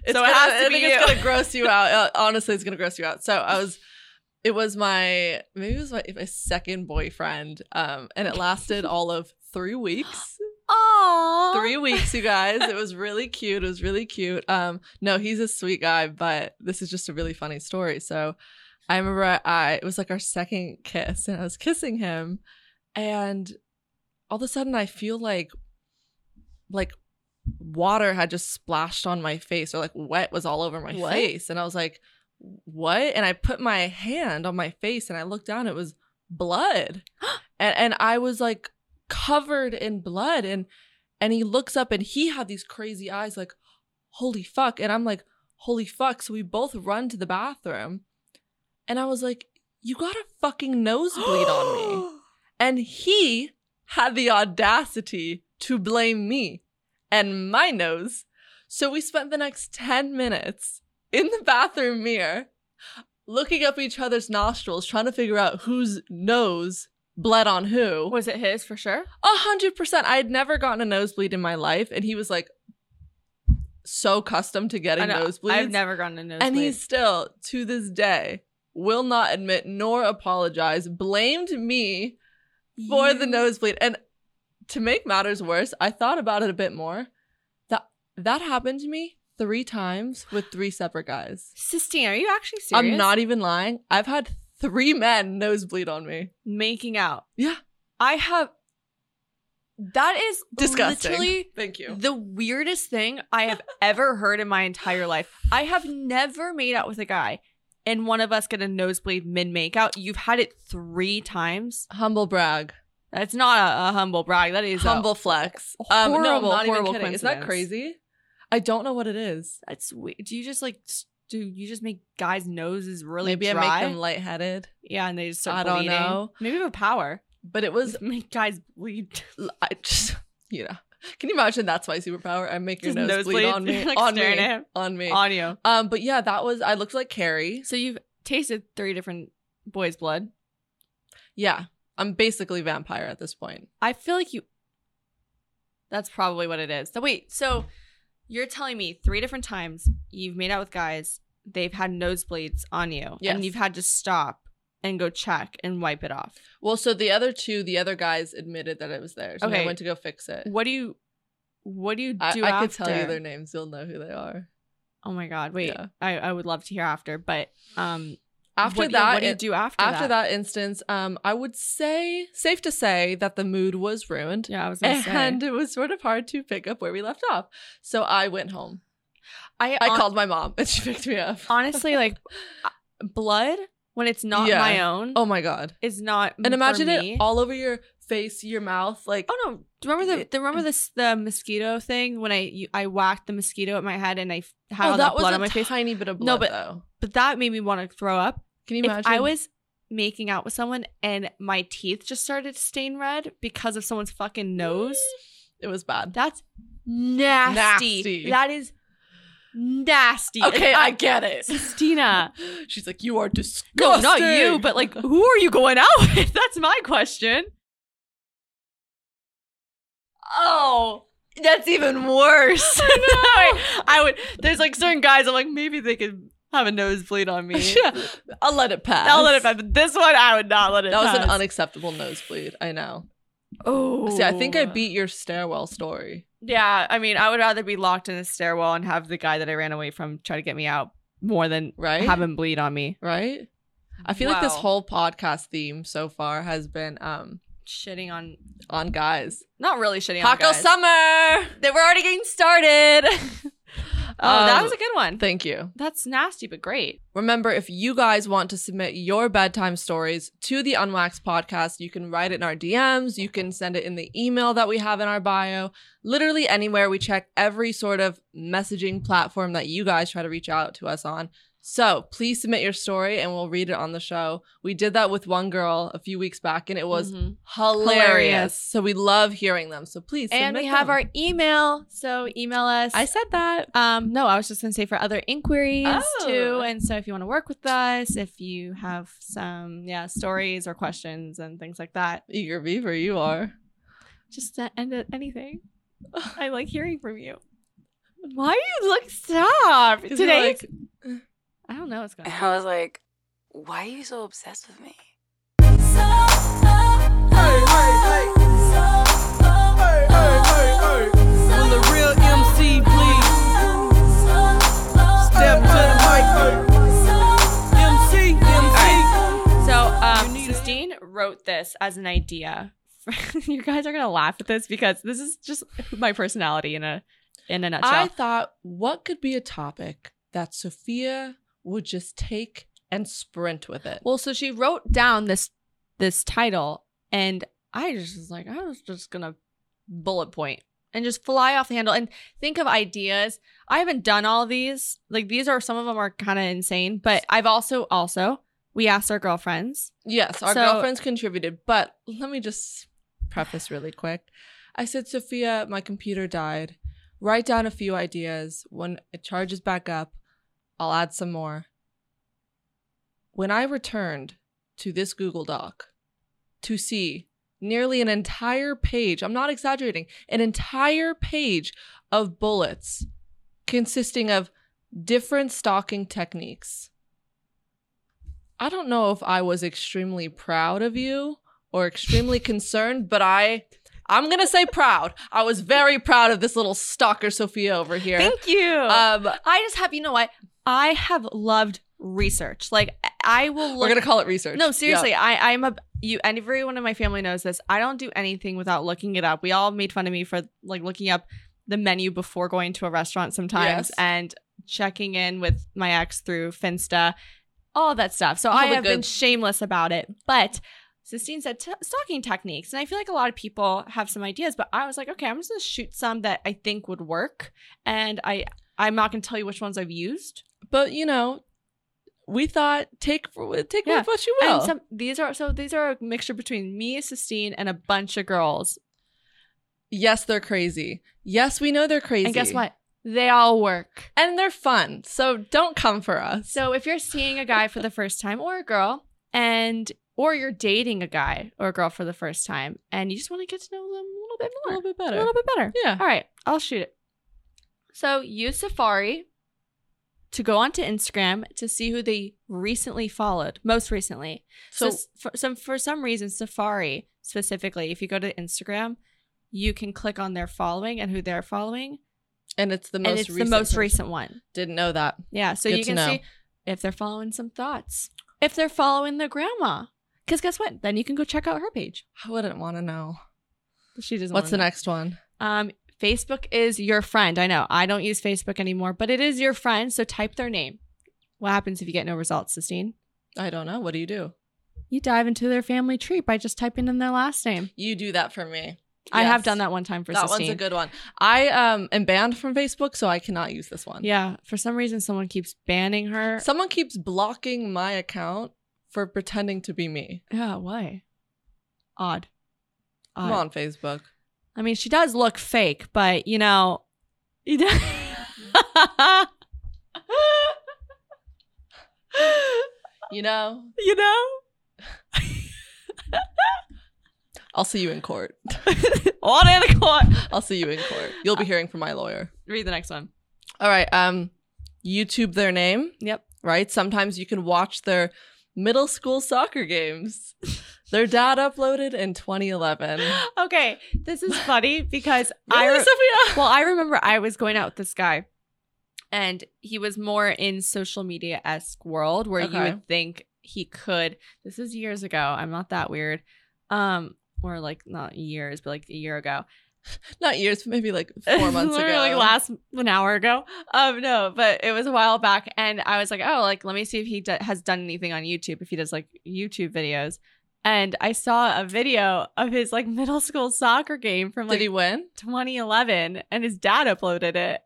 Speaker 6: It's
Speaker 7: So it
Speaker 6: gonna,
Speaker 7: has to
Speaker 6: I
Speaker 7: be
Speaker 6: think
Speaker 7: you.
Speaker 6: it's gonna gross you out. Uh, Honestly, it's gonna gross you out. So I was. It was my maybe it was my, my second boyfriend, um, and it lasted all of three weeks.
Speaker 7: oh,
Speaker 6: three weeks you guys it was really cute it was really cute um no he's a sweet guy but this is just a really funny story so i remember i, I it was like our second kiss and i was kissing him and all of a sudden i feel like like water had just splashed on my face or like wet was all over my
Speaker 7: What?
Speaker 6: face and i was like what and i put my hand on my face and i looked down it was blood and and i was like covered in blood and and he looks up and he had these crazy eyes like holy fuck and i'm like holy fuck so we both run to the bathroom and i was like you got a fucking nosebleed on me and he had the audacity to blame me and my nose so we spent the next 10 minutes in the bathroom mirror looking up each other's nostrils trying to figure out whose nose bled on who
Speaker 7: Was it his for sure?
Speaker 6: a hundred percent. I had never gotten a nosebleed in my life, and he was like so accustomed to getting
Speaker 7: I know,
Speaker 6: nosebleeds.
Speaker 7: I've never gotten a nosebleed.
Speaker 6: and he still, to this day, will not admit nor apologize. Blamed me for the
Speaker 7: You-
Speaker 6: nosebleed. And to make matters worse, I thought about it a bit more. That that happened to me three times with three separate guys.
Speaker 7: Sistine, are you actually serious?
Speaker 6: I'm not even lying. I've had three men nosebleed on me.
Speaker 7: making out.
Speaker 6: Yeah.
Speaker 7: I have. That is
Speaker 6: Disgusting.
Speaker 7: literally
Speaker 6: Thank you.
Speaker 7: The weirdest thing I have ever heard in my entire life. I have never made out with a guy and one of us get a nosebleed mid makeout. You've had it three times.
Speaker 6: Humble brag.
Speaker 7: That's not a, a humble brag. That is
Speaker 6: humble flex. Um, no,
Speaker 7: a
Speaker 6: I'm
Speaker 7: horrible,
Speaker 6: not even
Speaker 7: horrible
Speaker 6: kidding. Is that
Speaker 7: coincidence.
Speaker 6: crazy? I don't know what it is.
Speaker 7: A, that's we- do you just like s- do you just make guys' noses really
Speaker 6: Maybe
Speaker 7: dry?
Speaker 6: I make them lightheaded,
Speaker 7: yeah, and they just start
Speaker 6: I don't
Speaker 7: bleeding.
Speaker 6: know.
Speaker 7: Maybe I have a power.
Speaker 6: but it was.
Speaker 7: make guys bleed.
Speaker 6: I just, you know, can you imagine? That's my superpower. I make your
Speaker 7: Just
Speaker 6: nose, bleed
Speaker 7: nosebleeds,
Speaker 6: on me,
Speaker 7: like
Speaker 6: on,
Speaker 7: staring at
Speaker 6: me
Speaker 7: him.
Speaker 6: on me,
Speaker 7: on you.
Speaker 6: Um, but yeah, that was. I looked like Carrie.
Speaker 7: So you've tasted three different boys' blood.
Speaker 6: Yeah, I'm basically vampire at this point.
Speaker 7: I feel like you. That's probably what it is. So wait, so you're telling me three different times you've made out with guys, they've had nosebleeds on you,
Speaker 6: Yes.
Speaker 7: and you've had to stop and go check and wipe it off.
Speaker 6: Well, so the other two, the other guys admitted that it was theirs. and I
Speaker 7: Okay.
Speaker 6: went to go fix it.
Speaker 7: What do you? What do you do
Speaker 6: I,
Speaker 7: after?
Speaker 6: I could tell you their names. You'll know who they are.
Speaker 7: Oh my god! Wait,
Speaker 6: Yeah.
Speaker 7: I I would love to hear after, but um,
Speaker 6: After
Speaker 7: What- yeah,
Speaker 6: that,
Speaker 7: what do you
Speaker 6: it-
Speaker 7: do after,
Speaker 6: after that instance, um, I would say safe to say that the mood was ruined.
Speaker 7: Yeah, I was gonna
Speaker 6: And
Speaker 7: say.
Speaker 6: it was sort of hard to pick up where we left off. So I went home.
Speaker 7: I,
Speaker 6: I
Speaker 7: hon-
Speaker 6: called my mom and she picked me up.
Speaker 7: honestly like uh, blood when it's not
Speaker 6: Yeah.
Speaker 7: my own
Speaker 6: Oh my God.
Speaker 7: is not.
Speaker 6: And
Speaker 7: for
Speaker 6: imagine
Speaker 7: me.
Speaker 6: it all over your face, your mouth. Like,
Speaker 7: Oh no! Do you remember the,
Speaker 6: It-
Speaker 7: the remember this the mosquito thing when I you, I whacked the mosquito at my head and I f-
Speaker 6: Oh,
Speaker 7: had all Oh, that, blood on my face.
Speaker 6: tiny bit of blood.
Speaker 7: No, but-
Speaker 6: though.
Speaker 7: But that made me want to throw up.
Speaker 6: can you
Speaker 7: If
Speaker 6: imagine?
Speaker 7: I was making out with someone and my teeth just started to stain red because of someone's fucking nose,
Speaker 6: It was bad.
Speaker 7: that's nasty.
Speaker 6: Nasty.
Speaker 7: That is nasty.
Speaker 6: okay, I
Speaker 7: get
Speaker 6: get it.
Speaker 7: Christina.
Speaker 6: She's like, you are disgusting.
Speaker 7: No, not you, but like, who are you going out with? That's my question. Oh, that's even worse. I, I would. There's like certain guys. I'm like, maybe they could have a nosebleed on me.
Speaker 6: Yeah, I'll let it pass.
Speaker 7: I'll let it pass. But this one, I would not let it.
Speaker 6: That was
Speaker 7: pass.
Speaker 6: an unacceptable nosebleed. I know.
Speaker 7: oh,
Speaker 6: See, I think I beat your stairwell story.
Speaker 7: Yeah, I mean, I would rather be locked in a stairwell and have the guy that I ran away from try to get me out more than
Speaker 6: Right?
Speaker 7: have him bleed on me.
Speaker 6: Right? I feel like this
Speaker 7: Wow.
Speaker 6: whole podcast theme so far has been um
Speaker 7: Shitting on,
Speaker 6: on guys.
Speaker 7: not really shitting on.
Speaker 6: Taco
Speaker 7: guys.
Speaker 6: summer.
Speaker 7: They were already getting started. oh, that
Speaker 6: Um,
Speaker 7: was a good one.
Speaker 6: Thank you.
Speaker 7: That's nasty, but great.
Speaker 6: Remember, if you guys want to submit your bedtime stories to the Unwaxed podcast, you can write it in our DMs. You can send it in the email that we have in our bio. Literally anywhere. We check every sort of messaging platform that you guys try to reach out to us on. So please submit your story and we'll read it on the show. We did that with one girl a few weeks back and it was hilarious.
Speaker 7: Hilarious.
Speaker 6: So we love hearing them. So please
Speaker 7: And we
Speaker 6: submit
Speaker 7: have
Speaker 6: them.
Speaker 7: our email. So email us.
Speaker 6: I said that.
Speaker 7: um, no, I was just gonna say for other inquiries
Speaker 6: Oh.
Speaker 7: too. And so if you want to work with us, if you have some yeah stories or questions and things like that,
Speaker 6: Eager Beaver, you are.
Speaker 7: just uh, end it anything. I like hearing from you. Why you look stop
Speaker 6: 'Cause you're
Speaker 7: today?
Speaker 6: like,
Speaker 7: I don't know what's going
Speaker 5: And
Speaker 7: on.
Speaker 5: I was like, why are you so obsessed with me?
Speaker 8: Will the real MC please step to the mic? MC, MC.
Speaker 7: So, um,
Speaker 8: You need a-
Speaker 7: Sistine wrote this as an idea. you guys are gonna laugh at this because this is just my personality in a in a nutshell.
Speaker 6: I thought, what could be a topic that Sophia would just take and sprint with it?
Speaker 7: well, so she wrote down this this title, and I just was like, I was just gonna bullet point and just fly off the handle and think of ideas. I haven't done all these. Like these are some of them are kind of insane, but I've also also we asked our girlfriends.
Speaker 6: yes, our
Speaker 7: so-
Speaker 6: girlfriends contributed, but let me just preface really quick. I said, Sophia, my computer died. Write down a few ideas. When it charges back up, I'll add some more. When I returned to this Google Doc to see nearly an entire page, I'm not exaggerating, an entire page of bullets consisting of different stalking techniques. I don't know if I was extremely proud of you or extremely concerned, but I I'm going to say proud. I was very proud of this little stalker Sophia over here.
Speaker 7: you.
Speaker 6: um
Speaker 7: I just have, you know what? I have loved research. Like I will look.
Speaker 6: we're going to call it research.
Speaker 7: no, seriously, I I'm a you. And everyone in my family knows this. I don't do anything without looking it up. We all made fun of me for like looking up the menu before going to a restaurant sometimes
Speaker 6: Yes.
Speaker 7: and checking in with my ex through Finsta, all that stuff. So
Speaker 6: All
Speaker 7: I
Speaker 6: the
Speaker 7: have been
Speaker 6: good-
Speaker 7: shameless about it, but. Sistine said t- stalking techniques, and I feel like a lot of people have some ideas, but I was like, okay, I'm just gonna shoot some that I think would work, and I I'm not gonna tell you which ones I've used,
Speaker 6: but you know, we thought take take
Speaker 7: Yeah.
Speaker 6: with what you will.
Speaker 7: And some these are so these are a mixture between me, Sistine, and a bunch of girls.
Speaker 6: yes, they're crazy. Yes, we know they're crazy.
Speaker 7: And guess what? They all work.
Speaker 6: And they're fun. So don't come for us.
Speaker 7: So if you're seeing a guy for the first time or a girl, and or you're dating a guy or a girl for the first time, and you just want to get to know them a little bit
Speaker 6: a
Speaker 7: more,
Speaker 6: little bit
Speaker 7: a
Speaker 6: better.
Speaker 7: little bit better.
Speaker 6: yeah.
Speaker 7: All right, I'll shoot it. So use Safari to go onto Instagram to see who they recently followed, most recently. So,
Speaker 6: So
Speaker 7: s- for some for some reason, Safari specifically, if you go to Instagram, you can click on their following and who they're following,
Speaker 6: and it's the most
Speaker 7: and it's the
Speaker 6: recent
Speaker 7: most
Speaker 6: person.
Speaker 7: recent one.
Speaker 6: Didn't know that.
Speaker 7: Yeah, so
Speaker 6: Good
Speaker 7: you
Speaker 6: to
Speaker 7: can
Speaker 6: know.
Speaker 7: see if they're following some thoughts. if they're following the grandma. Because guess what? Then you can go check out her page.
Speaker 6: I wouldn't want to know.
Speaker 7: She doesn't.
Speaker 6: What's the
Speaker 7: wanna know.
Speaker 6: next one?
Speaker 7: Um, Facebook is your friend. I know I don't use Facebook anymore, but it is your friend. So type their name. What happens if you get no results, Sistine?
Speaker 6: I don't know. What do you do?
Speaker 7: You dive into their family tree by just typing in their last name.
Speaker 6: You do that for me.
Speaker 7: I have
Speaker 6: Yes.
Speaker 7: done that one time for
Speaker 6: That
Speaker 7: Sistine.
Speaker 6: one's a good one. I um am banned from Facebook, so I cannot use this one.
Speaker 7: Yeah, for some reason someone keeps banning her.
Speaker 6: Someone keeps blocking my account for pretending to be me.
Speaker 7: yeah, why? Odd. Odd.
Speaker 6: Come on, Facebook.
Speaker 7: I mean, she does look fake, but you know, you do-
Speaker 6: You know,
Speaker 7: you know.
Speaker 6: I'll see you in court.
Speaker 7: All in the court.
Speaker 6: I'll see you in court. You'll be hearing from my lawyer.
Speaker 7: Read the next one.
Speaker 6: All right. Um, YouTube their name.
Speaker 7: Yep.
Speaker 6: Right. Sometimes you can watch their middle school soccer games. their dad uploaded in 2011.
Speaker 7: Okay, this is funny because I
Speaker 6: Really,
Speaker 7: re-
Speaker 6: Sophia?
Speaker 7: well, I remember I was going out with this guy, and he was more in social media esque world where you
Speaker 6: Okay.
Speaker 7: would think he could. This is years ago. I'm not that weird, um, or like not years, but like a year ago.
Speaker 6: Not years, but maybe like four months ago.
Speaker 7: Literally, like last an hour ago. Um, no, but it was a while back, and I was like, oh, like let me see if he d- has done anything on YouTube. If he does like YouTube videos, and I saw a video of his like middle school soccer game from like
Speaker 6: Did he win?
Speaker 7: 2011, and his dad uploaded it.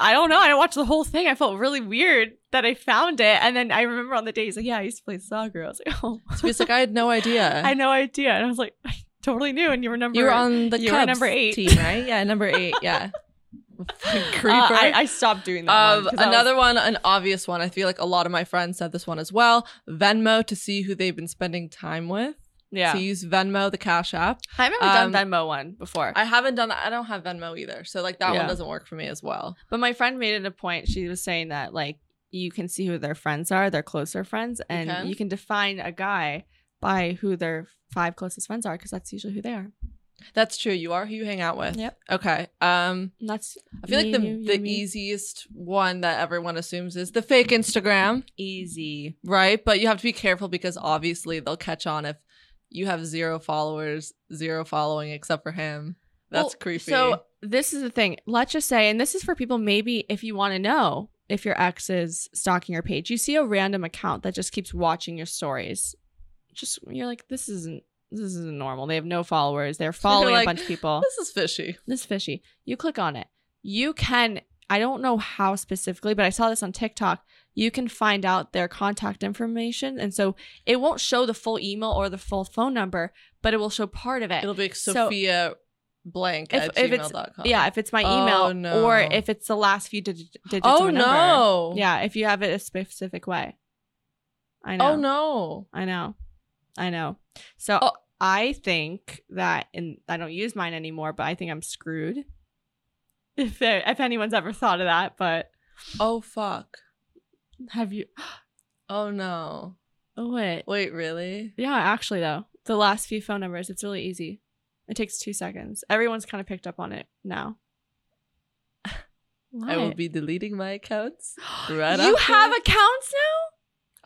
Speaker 7: I don't know. I didn't watch the whole thing. I felt really weird that I found it, and then I remember on the day he's like, yeah, I used to play soccer. I was like, oh,
Speaker 6: So he's like, I had no idea.
Speaker 7: I had no idea, and I was like, I totally knew, and you were number Uh,
Speaker 6: You were on the
Speaker 7: you were
Speaker 6: Cubs
Speaker 7: number eight.
Speaker 6: team, right? Yeah, number eight. Yeah. Creeper.
Speaker 7: Uh, I, I stopped doing that.
Speaker 6: Um,
Speaker 7: one 'cause I was-
Speaker 6: another one, an obvious one. I feel like a lot of my friends said this one as well. Venmo to see who they've been spending time with.
Speaker 7: yeah.
Speaker 6: So use Venmo, the Cash App.
Speaker 7: I haven't
Speaker 6: Um,
Speaker 7: done Venmo one before,
Speaker 6: I haven't done that. I don't have Venmo either. So like that
Speaker 7: Yeah.
Speaker 6: one doesn't work for me as well.
Speaker 7: but my friend made it a point. She was saying that like you can see who their friends are, their closer friends, and you
Speaker 6: can?
Speaker 7: can, define a guy by who their five closest friends are because that's usually who they are.
Speaker 6: That's true. You are who you hang out with.
Speaker 7: Yep.
Speaker 6: Okay. Um,
Speaker 7: And that's
Speaker 6: I feel
Speaker 7: me,
Speaker 6: like the
Speaker 7: you, you,
Speaker 6: the
Speaker 7: me.
Speaker 6: easiest one that everyone assumes is the fake Instagram,
Speaker 7: easy.
Speaker 6: right? But you have to be careful because obviously they'll catch on if you have zero followers, zero following except for him. That's
Speaker 7: Well,
Speaker 6: creepy.
Speaker 7: So this is the thing. Let's just say, and this is for people maybe if you want to know if your ex is stalking your page, you see a random account that just keeps watching your stories. Just you're like, this isn't this isn't normal. They have no followers. They're following
Speaker 6: like,
Speaker 7: a bunch of people.
Speaker 6: this is fishy.
Speaker 7: this is fishy. You click on it. You can, I don't know how specifically, but I saw this on TikTok. You can find out their contact information. And so it won't show the full email or the full phone number, but it will show part of it.
Speaker 6: It'll be
Speaker 7: So-
Speaker 6: Sophia blank
Speaker 7: If-
Speaker 6: at
Speaker 7: if it's-
Speaker 6: gmail.com.
Speaker 7: yeah, if it's my
Speaker 6: Oh,
Speaker 7: email
Speaker 6: no.
Speaker 7: or if it's the last few dig- digits.
Speaker 6: Oh
Speaker 7: of a number.
Speaker 6: no.
Speaker 7: Yeah, if you have it a specific way. I know.
Speaker 6: Oh no.
Speaker 7: I know. I know. So
Speaker 6: Oh.
Speaker 7: I think that, and I don't use mine anymore, but I think I'm screwed. If there, if anyone's ever thought of that, but
Speaker 6: Oh fuck.
Speaker 7: have you?
Speaker 6: Oh no.
Speaker 7: Oh wait,
Speaker 6: Wait, really?
Speaker 7: yeah. Actually, though, the last few phone numbers, it's really easy. It takes two seconds. Everyone's kind of picked up on it now.
Speaker 6: I will
Speaker 7: What?
Speaker 6: be deleting my accounts right
Speaker 7: you
Speaker 6: after
Speaker 7: have
Speaker 6: this.
Speaker 7: accounts now?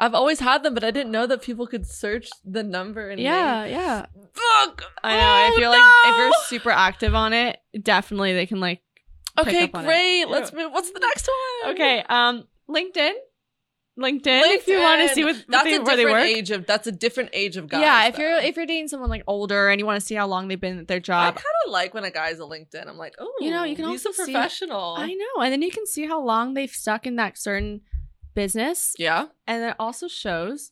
Speaker 6: I've always had them, but I didn't know that people could search the number and
Speaker 7: Yeah, yeah.
Speaker 6: name. Fuck.
Speaker 7: I know.
Speaker 6: Oh,
Speaker 7: I feel like if
Speaker 6: no!
Speaker 7: you're super active on it, definitely they can like pick
Speaker 6: Okay,
Speaker 7: up on it.
Speaker 6: great. Let's
Speaker 7: Yeah.
Speaker 6: move. What's the next one?
Speaker 7: Okay, um, LinkedIn. LinkedIn, if you want to see what, what
Speaker 6: that's
Speaker 7: they,
Speaker 6: a
Speaker 7: where they
Speaker 6: different
Speaker 7: work.
Speaker 6: age of that's a different age of guys.
Speaker 7: yeah, if
Speaker 6: though.
Speaker 7: you're if you're dating someone like older and you want to see how long they've been at their
Speaker 6: I
Speaker 7: job,
Speaker 6: kind of like when a guy's a LinkedIn. I'm like, oh,
Speaker 7: You know, you can
Speaker 6: he's
Speaker 7: also
Speaker 6: a
Speaker 7: see-
Speaker 6: professional.
Speaker 7: I know, and then you can see how long they've stuck in that certain business,
Speaker 6: yeah,
Speaker 7: and it also shows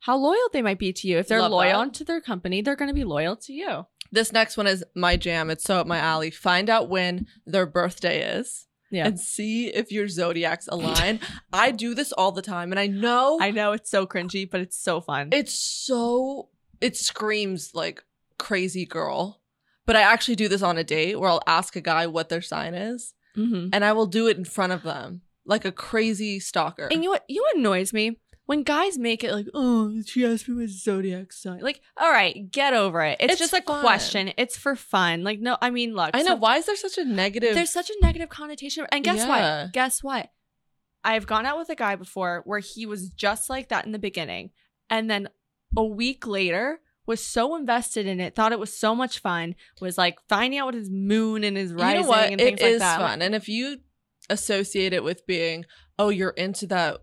Speaker 7: how loyal they might be to you. If they're
Speaker 6: Love
Speaker 7: loyal
Speaker 6: that.
Speaker 7: to their company, they're going to be loyal to you.
Speaker 6: This next one is my jam. It's so up my alley. Find out when their birthday is
Speaker 7: Yeah,
Speaker 6: and see if your zodiacs align. I do this all the time, and I know
Speaker 7: I know it's so cringy, but it's so fun.
Speaker 6: it's so it screams like crazy girl. But I actually do this on a date where I'll ask a guy what their sign is,
Speaker 7: mm-hmm.
Speaker 6: and I will do it in front of them like a crazy stalker.
Speaker 7: And you know what you know what annoys me? When guys make it like, oh, she asked me my zodiac sign. Like, all right, get over it. It's,
Speaker 6: It's
Speaker 7: just a
Speaker 6: fun.
Speaker 7: question. It's for fun. Like, no, I mean, look,
Speaker 6: I know
Speaker 7: some-
Speaker 6: why is there such a negative?
Speaker 7: there's such a negative connotation. And guess
Speaker 6: Yeah.
Speaker 7: what? Guess what? I've gone out with a guy before where he was just like that in the beginning. and then a week later was so invested in it, thought it was so much fun, was like finding out what his moon and his rising
Speaker 6: you know what?
Speaker 7: and
Speaker 6: It
Speaker 7: things
Speaker 6: is
Speaker 7: like that.
Speaker 6: fun, and if you associate it with being, oh, you're into that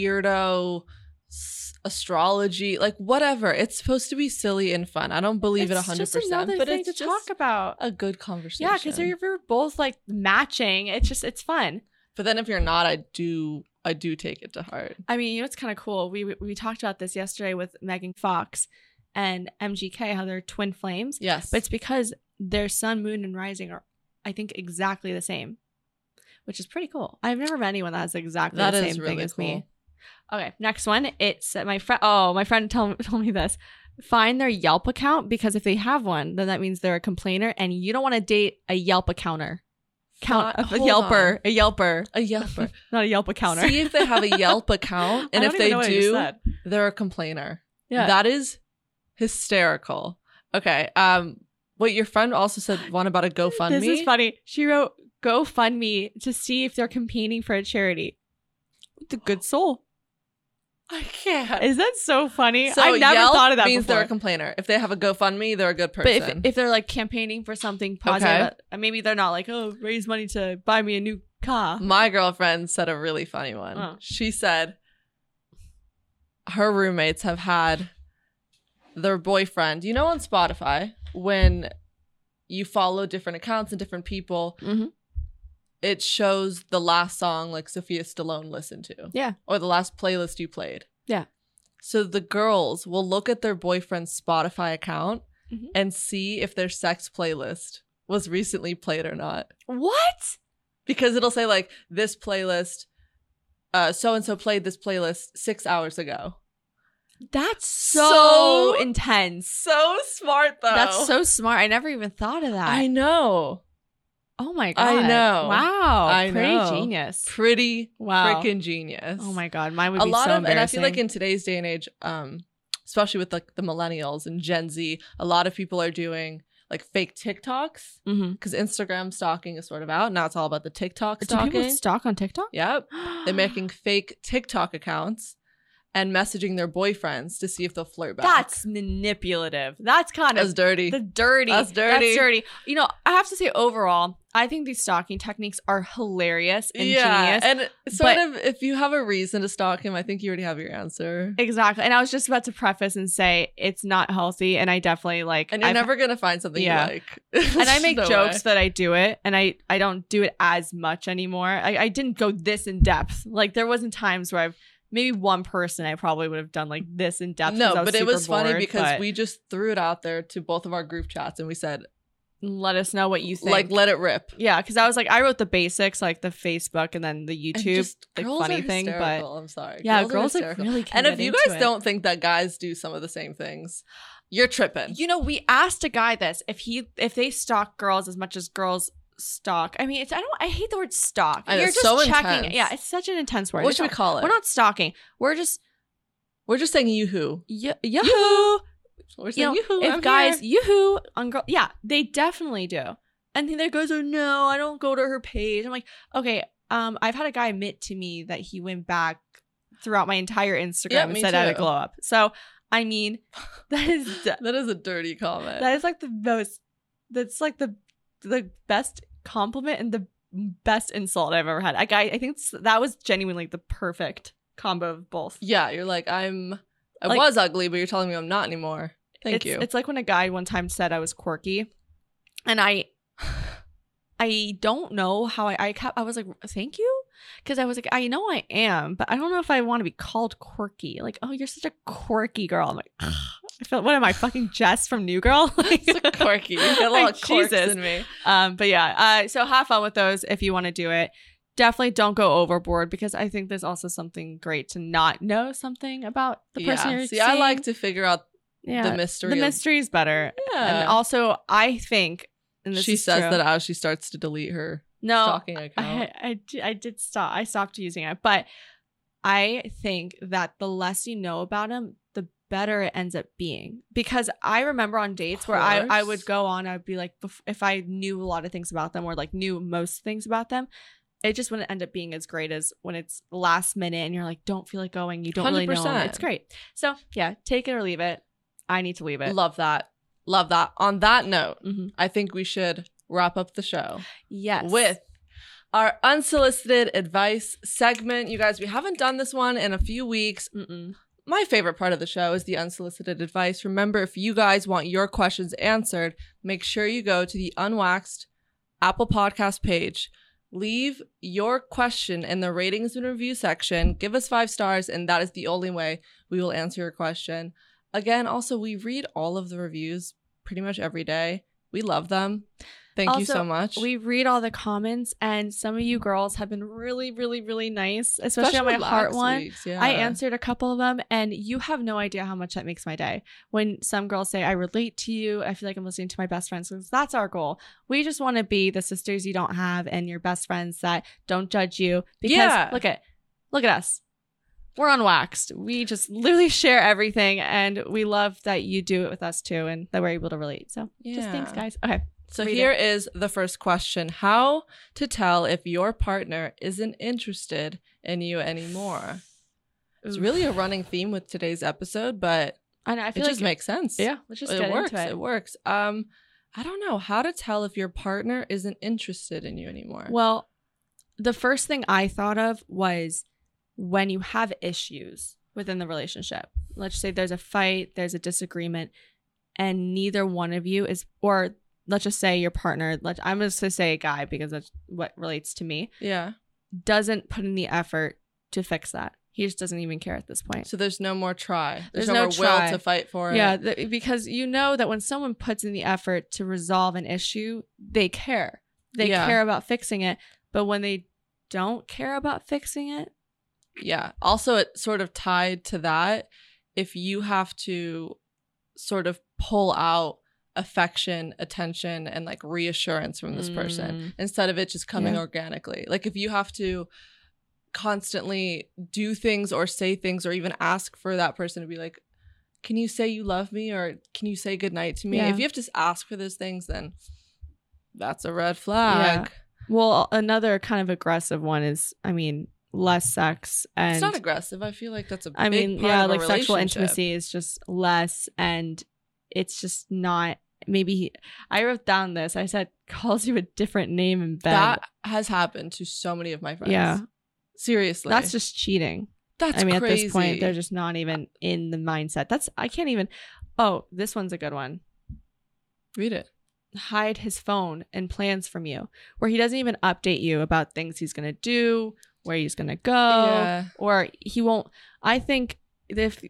Speaker 6: weirdo s- astrology, like whatever. It's supposed to be silly and fun. I don't believe it
Speaker 7: It's
Speaker 6: hundred
Speaker 7: just
Speaker 6: percent,
Speaker 7: another
Speaker 6: but
Speaker 7: thing
Speaker 6: it's
Speaker 7: to
Speaker 6: just
Speaker 7: talk about.
Speaker 6: a good conversation.
Speaker 7: Yeah, because you're, you're both like matching. It's just it's fun.
Speaker 6: But then if you're not, I do. I do take it to heart.
Speaker 7: I mean, you know, it's kind of cool. We we- we talked about this yesterday with Megan Fox and MGK, how they're twin flames,
Speaker 6: Yes,
Speaker 7: but it's because their sun, moon, and rising are, I think, exactly the same, which is pretty cool. I've never met anyone that has exactly
Speaker 6: that
Speaker 7: the
Speaker 6: is
Speaker 7: same
Speaker 6: really
Speaker 7: thing as
Speaker 6: cool.
Speaker 7: me. Okay, next one. It's uh, my friend. Oh, my friend told told me this. Find their Yelp account because if they have one, then that means they're a complainer, and you don't want to date a Yelp accounter. Count
Speaker 6: Fi-
Speaker 7: a
Speaker 6: hold
Speaker 7: Yelper,
Speaker 6: on.
Speaker 7: a Yelper,
Speaker 6: a Yelper.
Speaker 7: not a Yelp accounter.
Speaker 6: See if they have a Yelp account, and
Speaker 7: I
Speaker 6: if
Speaker 7: don't
Speaker 6: they
Speaker 7: even know what I just
Speaker 6: do,
Speaker 7: said.
Speaker 6: they're a complainer.
Speaker 7: Yeah.
Speaker 6: That is hysterical. Okay. Um what your friend also said one about a GoFundMe.
Speaker 7: This is funny. She wrote GoFundMe to see if they're campaigning for a charity. The good soul.
Speaker 6: I can't.
Speaker 7: Is that so funny?
Speaker 6: so
Speaker 7: I've never
Speaker 6: Yelp
Speaker 7: thought of that
Speaker 6: means
Speaker 7: before.
Speaker 6: they're a complainer. If they have a GoFundMe, they're a good
Speaker 7: but
Speaker 6: person.
Speaker 7: if, if they're like campaigning for something positive, uh, maybe they're not like, oh, raise money to buy me a new car.
Speaker 6: My girlfriend said a really funny one.
Speaker 7: Oh.
Speaker 6: She said her roommates have had their boyfriend. You know, on Spotify, when you follow different accounts and different people,
Speaker 7: Mhm.
Speaker 6: it shows the last song like Sophia Stallone listened to.
Speaker 7: Yeah.
Speaker 6: Or the last playlist you played.
Speaker 7: Yeah.
Speaker 6: So the girls will look at their boyfriend's Spotify account
Speaker 7: Mhm.
Speaker 6: and see if their sex playlist was recently played or not
Speaker 7: What?
Speaker 6: because it'll say like this playlist uh so and so played this playlist 6 hours ago.
Speaker 7: That's so,
Speaker 6: So-
Speaker 7: intense.
Speaker 6: So smart though.
Speaker 7: That's so smart. I never even thought of that.
Speaker 6: I know.
Speaker 7: oh my god.
Speaker 6: I know.
Speaker 7: Wow.
Speaker 6: I
Speaker 7: Pretty
Speaker 6: know.
Speaker 7: genius.
Speaker 6: Pretty
Speaker 7: Wow.
Speaker 6: freaking genius.
Speaker 7: Oh my god. Mine would
Speaker 6: A
Speaker 7: be
Speaker 6: lot
Speaker 7: so
Speaker 6: of and I feel like
Speaker 7: embarrassing.
Speaker 6: in today's day and age um especially with like the millennials and Gen Z, a lot of people are doing like fake TikToks
Speaker 7: Mhm.
Speaker 6: cuz Instagram stalking is sort of out. Now it's all about the TikTok
Speaker 7: Do people
Speaker 6: stalking.
Speaker 7: stalk on TikTok?
Speaker 6: yep. They're making fake TikTok accounts and messaging their boyfriends to see if they'll flirt back.
Speaker 7: That's manipulative. That's kind
Speaker 6: that's
Speaker 7: of
Speaker 6: dirty.
Speaker 7: the dirty.
Speaker 6: That's dirty.
Speaker 7: That's dirty. You know, I have to say, overall, I think these stalking techniques are hilarious and
Speaker 6: yeah,
Speaker 7: genius.
Speaker 6: and sort
Speaker 7: but-
Speaker 6: of if you have a reason to stalk him, I think you already have your answer.
Speaker 7: exactly. And I was just about to preface and say it's not healthy, and I definitely like.
Speaker 6: And you're
Speaker 7: I've-
Speaker 6: never gonna find something
Speaker 7: Yeah.
Speaker 6: you like.
Speaker 7: and I make
Speaker 6: No
Speaker 7: jokes
Speaker 6: way.
Speaker 7: that I do it, and I I don't do it as much anymore. I, I didn't go this in depth. Like there wasn't times where I've maybe one person I probably would have done like this in depth. 'cause
Speaker 6: no,
Speaker 7: I
Speaker 6: but it
Speaker 7: super
Speaker 6: was funny
Speaker 7: bored,
Speaker 6: because
Speaker 7: but
Speaker 6: we just threw it out there to both of our group chats, and we said
Speaker 7: let us know what you think.
Speaker 6: like let it rip.
Speaker 7: Yeah, because I was like, I wrote the basics, like the Facebook and then the
Speaker 6: And
Speaker 7: YouTube
Speaker 6: just-
Speaker 7: like,
Speaker 6: girls
Speaker 7: funny
Speaker 6: are
Speaker 7: thing. But
Speaker 6: hysterical, I'm sorry.
Speaker 7: yeah, girls, are,
Speaker 6: hysterical.
Speaker 7: really.
Speaker 6: And
Speaker 7: can
Speaker 6: if
Speaker 7: get
Speaker 6: you
Speaker 7: into
Speaker 6: guys
Speaker 7: it.
Speaker 6: don't think that guys do some of the same things, you're tripping.
Speaker 7: you know, we asked a guy this if he if they stalk girls as much as girls stalk. I mean, it's I don't I hate the word stalk.
Speaker 6: I know,
Speaker 7: You're
Speaker 6: it's
Speaker 7: just
Speaker 6: so
Speaker 7: checking.
Speaker 6: intense.
Speaker 7: Yeah, it's such an intense word.
Speaker 6: what
Speaker 7: It's
Speaker 6: should we
Speaker 7: not-
Speaker 6: call it?
Speaker 7: We're not stalking. We're just
Speaker 6: We're just saying yoo-hoo.
Speaker 7: y- yahoo.
Speaker 6: We're
Speaker 7: You
Speaker 6: saying
Speaker 7: know,
Speaker 6: yoo-hoo.
Speaker 7: if
Speaker 6: I'm
Speaker 7: guys
Speaker 6: here.
Speaker 7: yoo-hoo on girl, yeah, they definitely do. And the other guys are no, I don't go to her page. I'm like, okay, um, I've had a guy admit to me that he went back throughout my entire Instagram
Speaker 6: Yeah,
Speaker 7: and
Speaker 6: me
Speaker 7: said I had a
Speaker 6: too.
Speaker 7: glow up. So I mean, that is de-
Speaker 6: that is a dirty comment.
Speaker 7: that is like the most. That's like the the best compliment and the best insult I've ever had. Like, I I think s- that was genuinely the perfect combo of both.
Speaker 6: yeah, you're like I'm. I
Speaker 7: Like-
Speaker 6: was ugly, but you're telling me I'm not anymore. Thank
Speaker 7: it's,
Speaker 6: you.
Speaker 7: It's like when a guy one time said I was quirky, and I, I don't know how I, I kept. I was like, thank you, because I was like, I know I am, but I don't know if I want to be called quirky. Like, oh, you're such a quirky girl. I'm like, I feel. What am I fucking Jess from New Girl? Like,
Speaker 6: It's quirky. You got a lot
Speaker 7: like,
Speaker 6: of quirks
Speaker 7: Jesus.
Speaker 6: in me.
Speaker 7: Um, but yeah, uh, so have fun with those if you want to do it. Definitely don't go overboard because I think there's also something great to not know something about the person
Speaker 6: yeah.
Speaker 7: you're
Speaker 6: See, I like to
Speaker 7: seeing.
Speaker 6: figure out
Speaker 7: yeah.
Speaker 6: the mystery.
Speaker 7: The
Speaker 6: of-
Speaker 7: mystery is better.
Speaker 6: Yeah.
Speaker 7: And also, I think, and this
Speaker 6: she
Speaker 7: is
Speaker 6: says
Speaker 7: true.
Speaker 6: that as she starts to delete her
Speaker 7: no,
Speaker 6: stalking account.
Speaker 7: I, I, di- I did stop. I stopped using it, but I think that the less you know about him, the better it ends up being. Because I remember on dates where I, I
Speaker 6: course.
Speaker 7: would go on, I'd be like, bef- if I knew a lot of things about them or like knew most things about them, it just wouldn't end up being as great as when it's last minute and you're like, don't feel like going. You don't really know.
Speaker 6: 100%.
Speaker 7: 'em. It's great. So yeah, take it or leave it. I need to leave it.
Speaker 6: Love that. Love that. On that note,
Speaker 7: Mhm.
Speaker 6: I think we should wrap up the show
Speaker 7: Yes.
Speaker 6: with our unsolicited advice segment. You guys, we haven't done this one in a few weeks.
Speaker 7: Mm-mm.
Speaker 6: My favorite part of the show is the unsolicited advice. Remember, if you guys want your questions answered, make sure you go to the Unwaxed Apple Podcast page. Leave your question in the ratings and review section. Give us five stars, and that is the only way we will answer your question. Again, also, we read all of the reviews pretty much every day. We love them. Thank you
Speaker 7: Also,
Speaker 6: so much.
Speaker 7: We read all the comments, and some of you girls have been really, really, really nice, especially, on my
Speaker 6: last
Speaker 7: heart one.
Speaker 6: week's, yeah.
Speaker 7: I answered a couple of them, and you have no idea how much that makes my day. When some girls say, I relate to you, I feel like I'm listening to my best friends, 'cause that's our goal. We just want to be the sisters you don't have and your best friends that don't judge you. Because
Speaker 6: Yeah.
Speaker 7: look at look at us. We're unwaxed. We just literally share everything, and we love that you do it with us too, and that we're able to relate. So, just thanks,
Speaker 6: Yeah.
Speaker 7: guys. Okay.
Speaker 6: So
Speaker 7: Read
Speaker 6: here is the first question How to tell if your partner isn't interested in you anymore? It's really a running theme with today's episode, but
Speaker 7: I know. I
Speaker 6: it
Speaker 7: feel
Speaker 6: just
Speaker 7: like
Speaker 6: makes sense.
Speaker 7: yeah. Let's just
Speaker 6: it
Speaker 7: get
Speaker 6: works.
Speaker 7: into
Speaker 6: It. works. Um, I don't know how to tell if your partner isn't interested in you anymore.
Speaker 7: Well, the first thing I thought of was when you have issues within the relationship. Let's say there's a fight, there's a disagreement, and neither one of you is, or let's just say your partner, let, I'm just going to say a guy because that's what relates to me,
Speaker 6: yeah.
Speaker 7: doesn't put in the effort to fix that. He just doesn't even care at this point.
Speaker 6: So there's no more try. There's,
Speaker 7: There's
Speaker 6: no,
Speaker 7: no
Speaker 6: more
Speaker 7: try.
Speaker 6: will to fight for it.
Speaker 7: Yeah, th- because you know that when someone puts in the effort to resolve an issue, they care. They
Speaker 6: Yeah.
Speaker 7: care about fixing it. But when they don't care about fixing it,
Speaker 6: Yeah. Also, it sort of tied to that. If you have to sort of pull out affection, attention, and like reassurance from this person instead of it just coming
Speaker 7: Mm. Yeah.
Speaker 6: organically. Like, if you have to constantly do things or say things or even ask for that person to be like, can you say you love me or can you say goodnight to me?
Speaker 7: Yeah.
Speaker 6: If you have to s- ask for those things, then that's a red flag.
Speaker 7: Well, another kind of aggressive one is, I mean, less sex and
Speaker 6: it's not aggressive. I feel like that's a
Speaker 7: I
Speaker 6: big
Speaker 7: mean,
Speaker 6: part
Speaker 7: yeah,
Speaker 6: of a
Speaker 7: like sexual
Speaker 6: relationship.
Speaker 7: intimacy is just less, and it's just not. Maybe he, I wrote down this. I said calls you a different name in bed.
Speaker 6: That has happened to so many of my friends.
Speaker 7: yeah,
Speaker 6: Seriously.
Speaker 7: that's just cheating.
Speaker 6: that's
Speaker 7: I mean,
Speaker 6: crazy.
Speaker 7: at this point, they're just not even in the mindset. That's I can't even. Oh, this one's a good one.
Speaker 6: read it.
Speaker 7: hide his phone and plans from you, where he doesn't even update you about things he's going to do, where he's going to go,
Speaker 6: Yeah.
Speaker 7: or he won't. I think if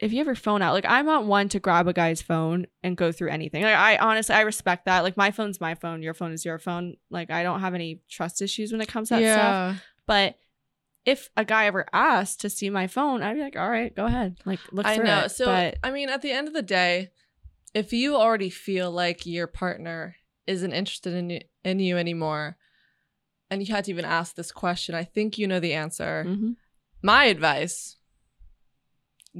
Speaker 7: if you have your phone out, like I'm not one to grab a guy's phone and go through anything. Like I honestly, I respect that. Like my phone's my phone, your phone is your phone. Like I don't have any trust issues when it comes to that stuff. But if a guy ever asked to see my phone, I'd be like, all right, go ahead. Like look
Speaker 6: I
Speaker 7: through
Speaker 6: know.
Speaker 7: it.
Speaker 6: So
Speaker 7: But-
Speaker 6: I mean, at the end of the day, if you already feel like your partner isn't interested in you, in you anymore, and you had to even ask this question, I think you know the answer.
Speaker 7: Mhm.
Speaker 6: My advice: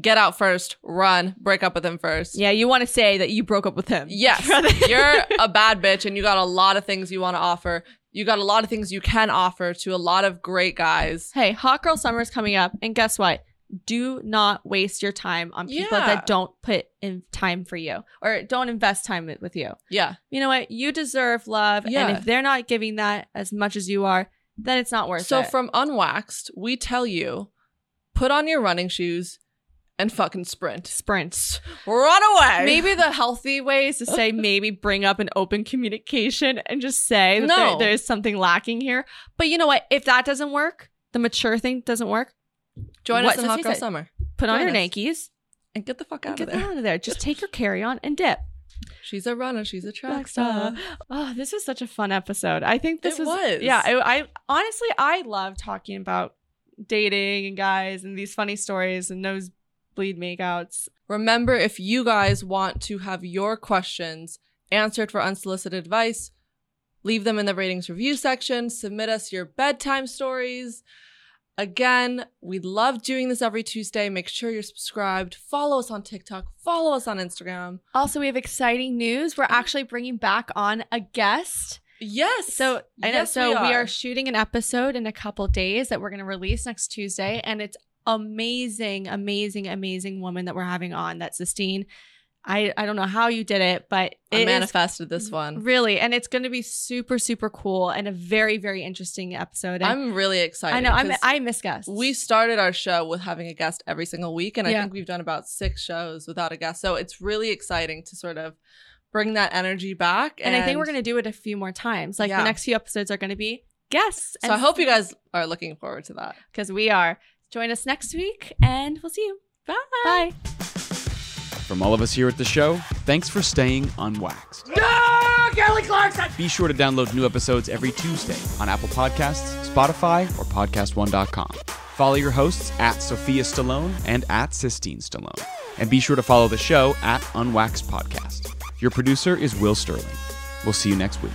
Speaker 6: get out first, run, break up with him first.
Speaker 7: yeah, you want to say that you broke up with him.
Speaker 6: Yes, you're a bad bitch and you got a lot of things you want to offer. You got a lot of things you can offer to a lot of great guys.
Speaker 7: Hey, hot girl summer is coming up, and guess what? Do not waste your time on people
Speaker 6: Yeah.
Speaker 7: that don't put in time for you or don't invest time with- with you.
Speaker 6: Yeah.
Speaker 7: You know what? You deserve love,
Speaker 6: Yeah.
Speaker 7: and if they're not giving that as much as you are, then it's not worth
Speaker 6: so
Speaker 7: it.
Speaker 6: from Unwaxed, we tell you put on your running shoes and fucking sprint.
Speaker 7: sprints,
Speaker 6: Run away.
Speaker 7: maybe the healthy way is to say maybe bring up an open communication and just say that
Speaker 6: No.
Speaker 7: there- there is something lacking here. But you know what? If that doesn't work, the mature thing doesn't work.
Speaker 6: join
Speaker 7: what
Speaker 6: us in
Speaker 7: does
Speaker 6: Hot
Speaker 7: he
Speaker 6: Girl
Speaker 7: say?
Speaker 6: Summer
Speaker 7: Put on
Speaker 6: Join
Speaker 7: your
Speaker 6: us.
Speaker 7: Nikes
Speaker 6: and get the fuck
Speaker 7: and
Speaker 6: out of
Speaker 7: get
Speaker 6: there.
Speaker 7: out of there. Just take your carry on and dip.
Speaker 6: She's a runner. She's a track
Speaker 7: Black
Speaker 6: star.
Speaker 7: Star. Oh, this was such a fun episode. I think this
Speaker 6: It was.
Speaker 7: Yeah, I, I honestly I love talking about dating and guys and these funny stories and nosebleed makeouts.
Speaker 6: Remember, if you guys want to have your questions answered for unsolicited advice, leave them in the ratings review section. Submit us your bedtime stories. Again, we love doing this every Tuesday. Make sure you're subscribed. Follow us on TikTok. Follow us on Instagram.
Speaker 7: Also, we have exciting news. We're actually bringing back on a guest.
Speaker 6: Yes.
Speaker 7: So I know.
Speaker 6: Yes,
Speaker 7: so we are. shooting an episode in a couple days that we're going to release next Tuesday, and it's amazing, amazing, amazing woman that we're having on. That's Sistine. I I don't know how you did it, but it
Speaker 6: I
Speaker 7: is Mm-hmm.
Speaker 6: manifested this one.
Speaker 7: really, and it's going to be super, super cool and a very, very interesting episode. And
Speaker 6: I'm really excited.
Speaker 7: I know. I'm,
Speaker 6: 'cause
Speaker 7: I miss guests.
Speaker 6: we started our show with having a guest every single week, and I
Speaker 7: Yeah.
Speaker 6: think we've done about six shows without a guest. So it's really exciting to sort of bring that energy back.
Speaker 7: and, I think we're going to do it a few more times. Like
Speaker 6: Yeah.
Speaker 7: the next few episodes are going to be guests.
Speaker 6: So I hope you guys are looking forward to that.
Speaker 7: because we are. Join us next week, and we'll see you. Bye. Bye.
Speaker 4: From all of us here at the show, thanks for staying unwaxed.
Speaker 1: No, Kelly Clarkson.
Speaker 4: Be sure to download new episodes every Tuesday on Apple Podcasts, Spotify, or PodcastOne.com. Follow your hosts at Sophia Stallone and at Sistine Stallone. And be sure to follow the show at Unwaxed Podcast. Your producer is Will Sterling. We'll see you next week.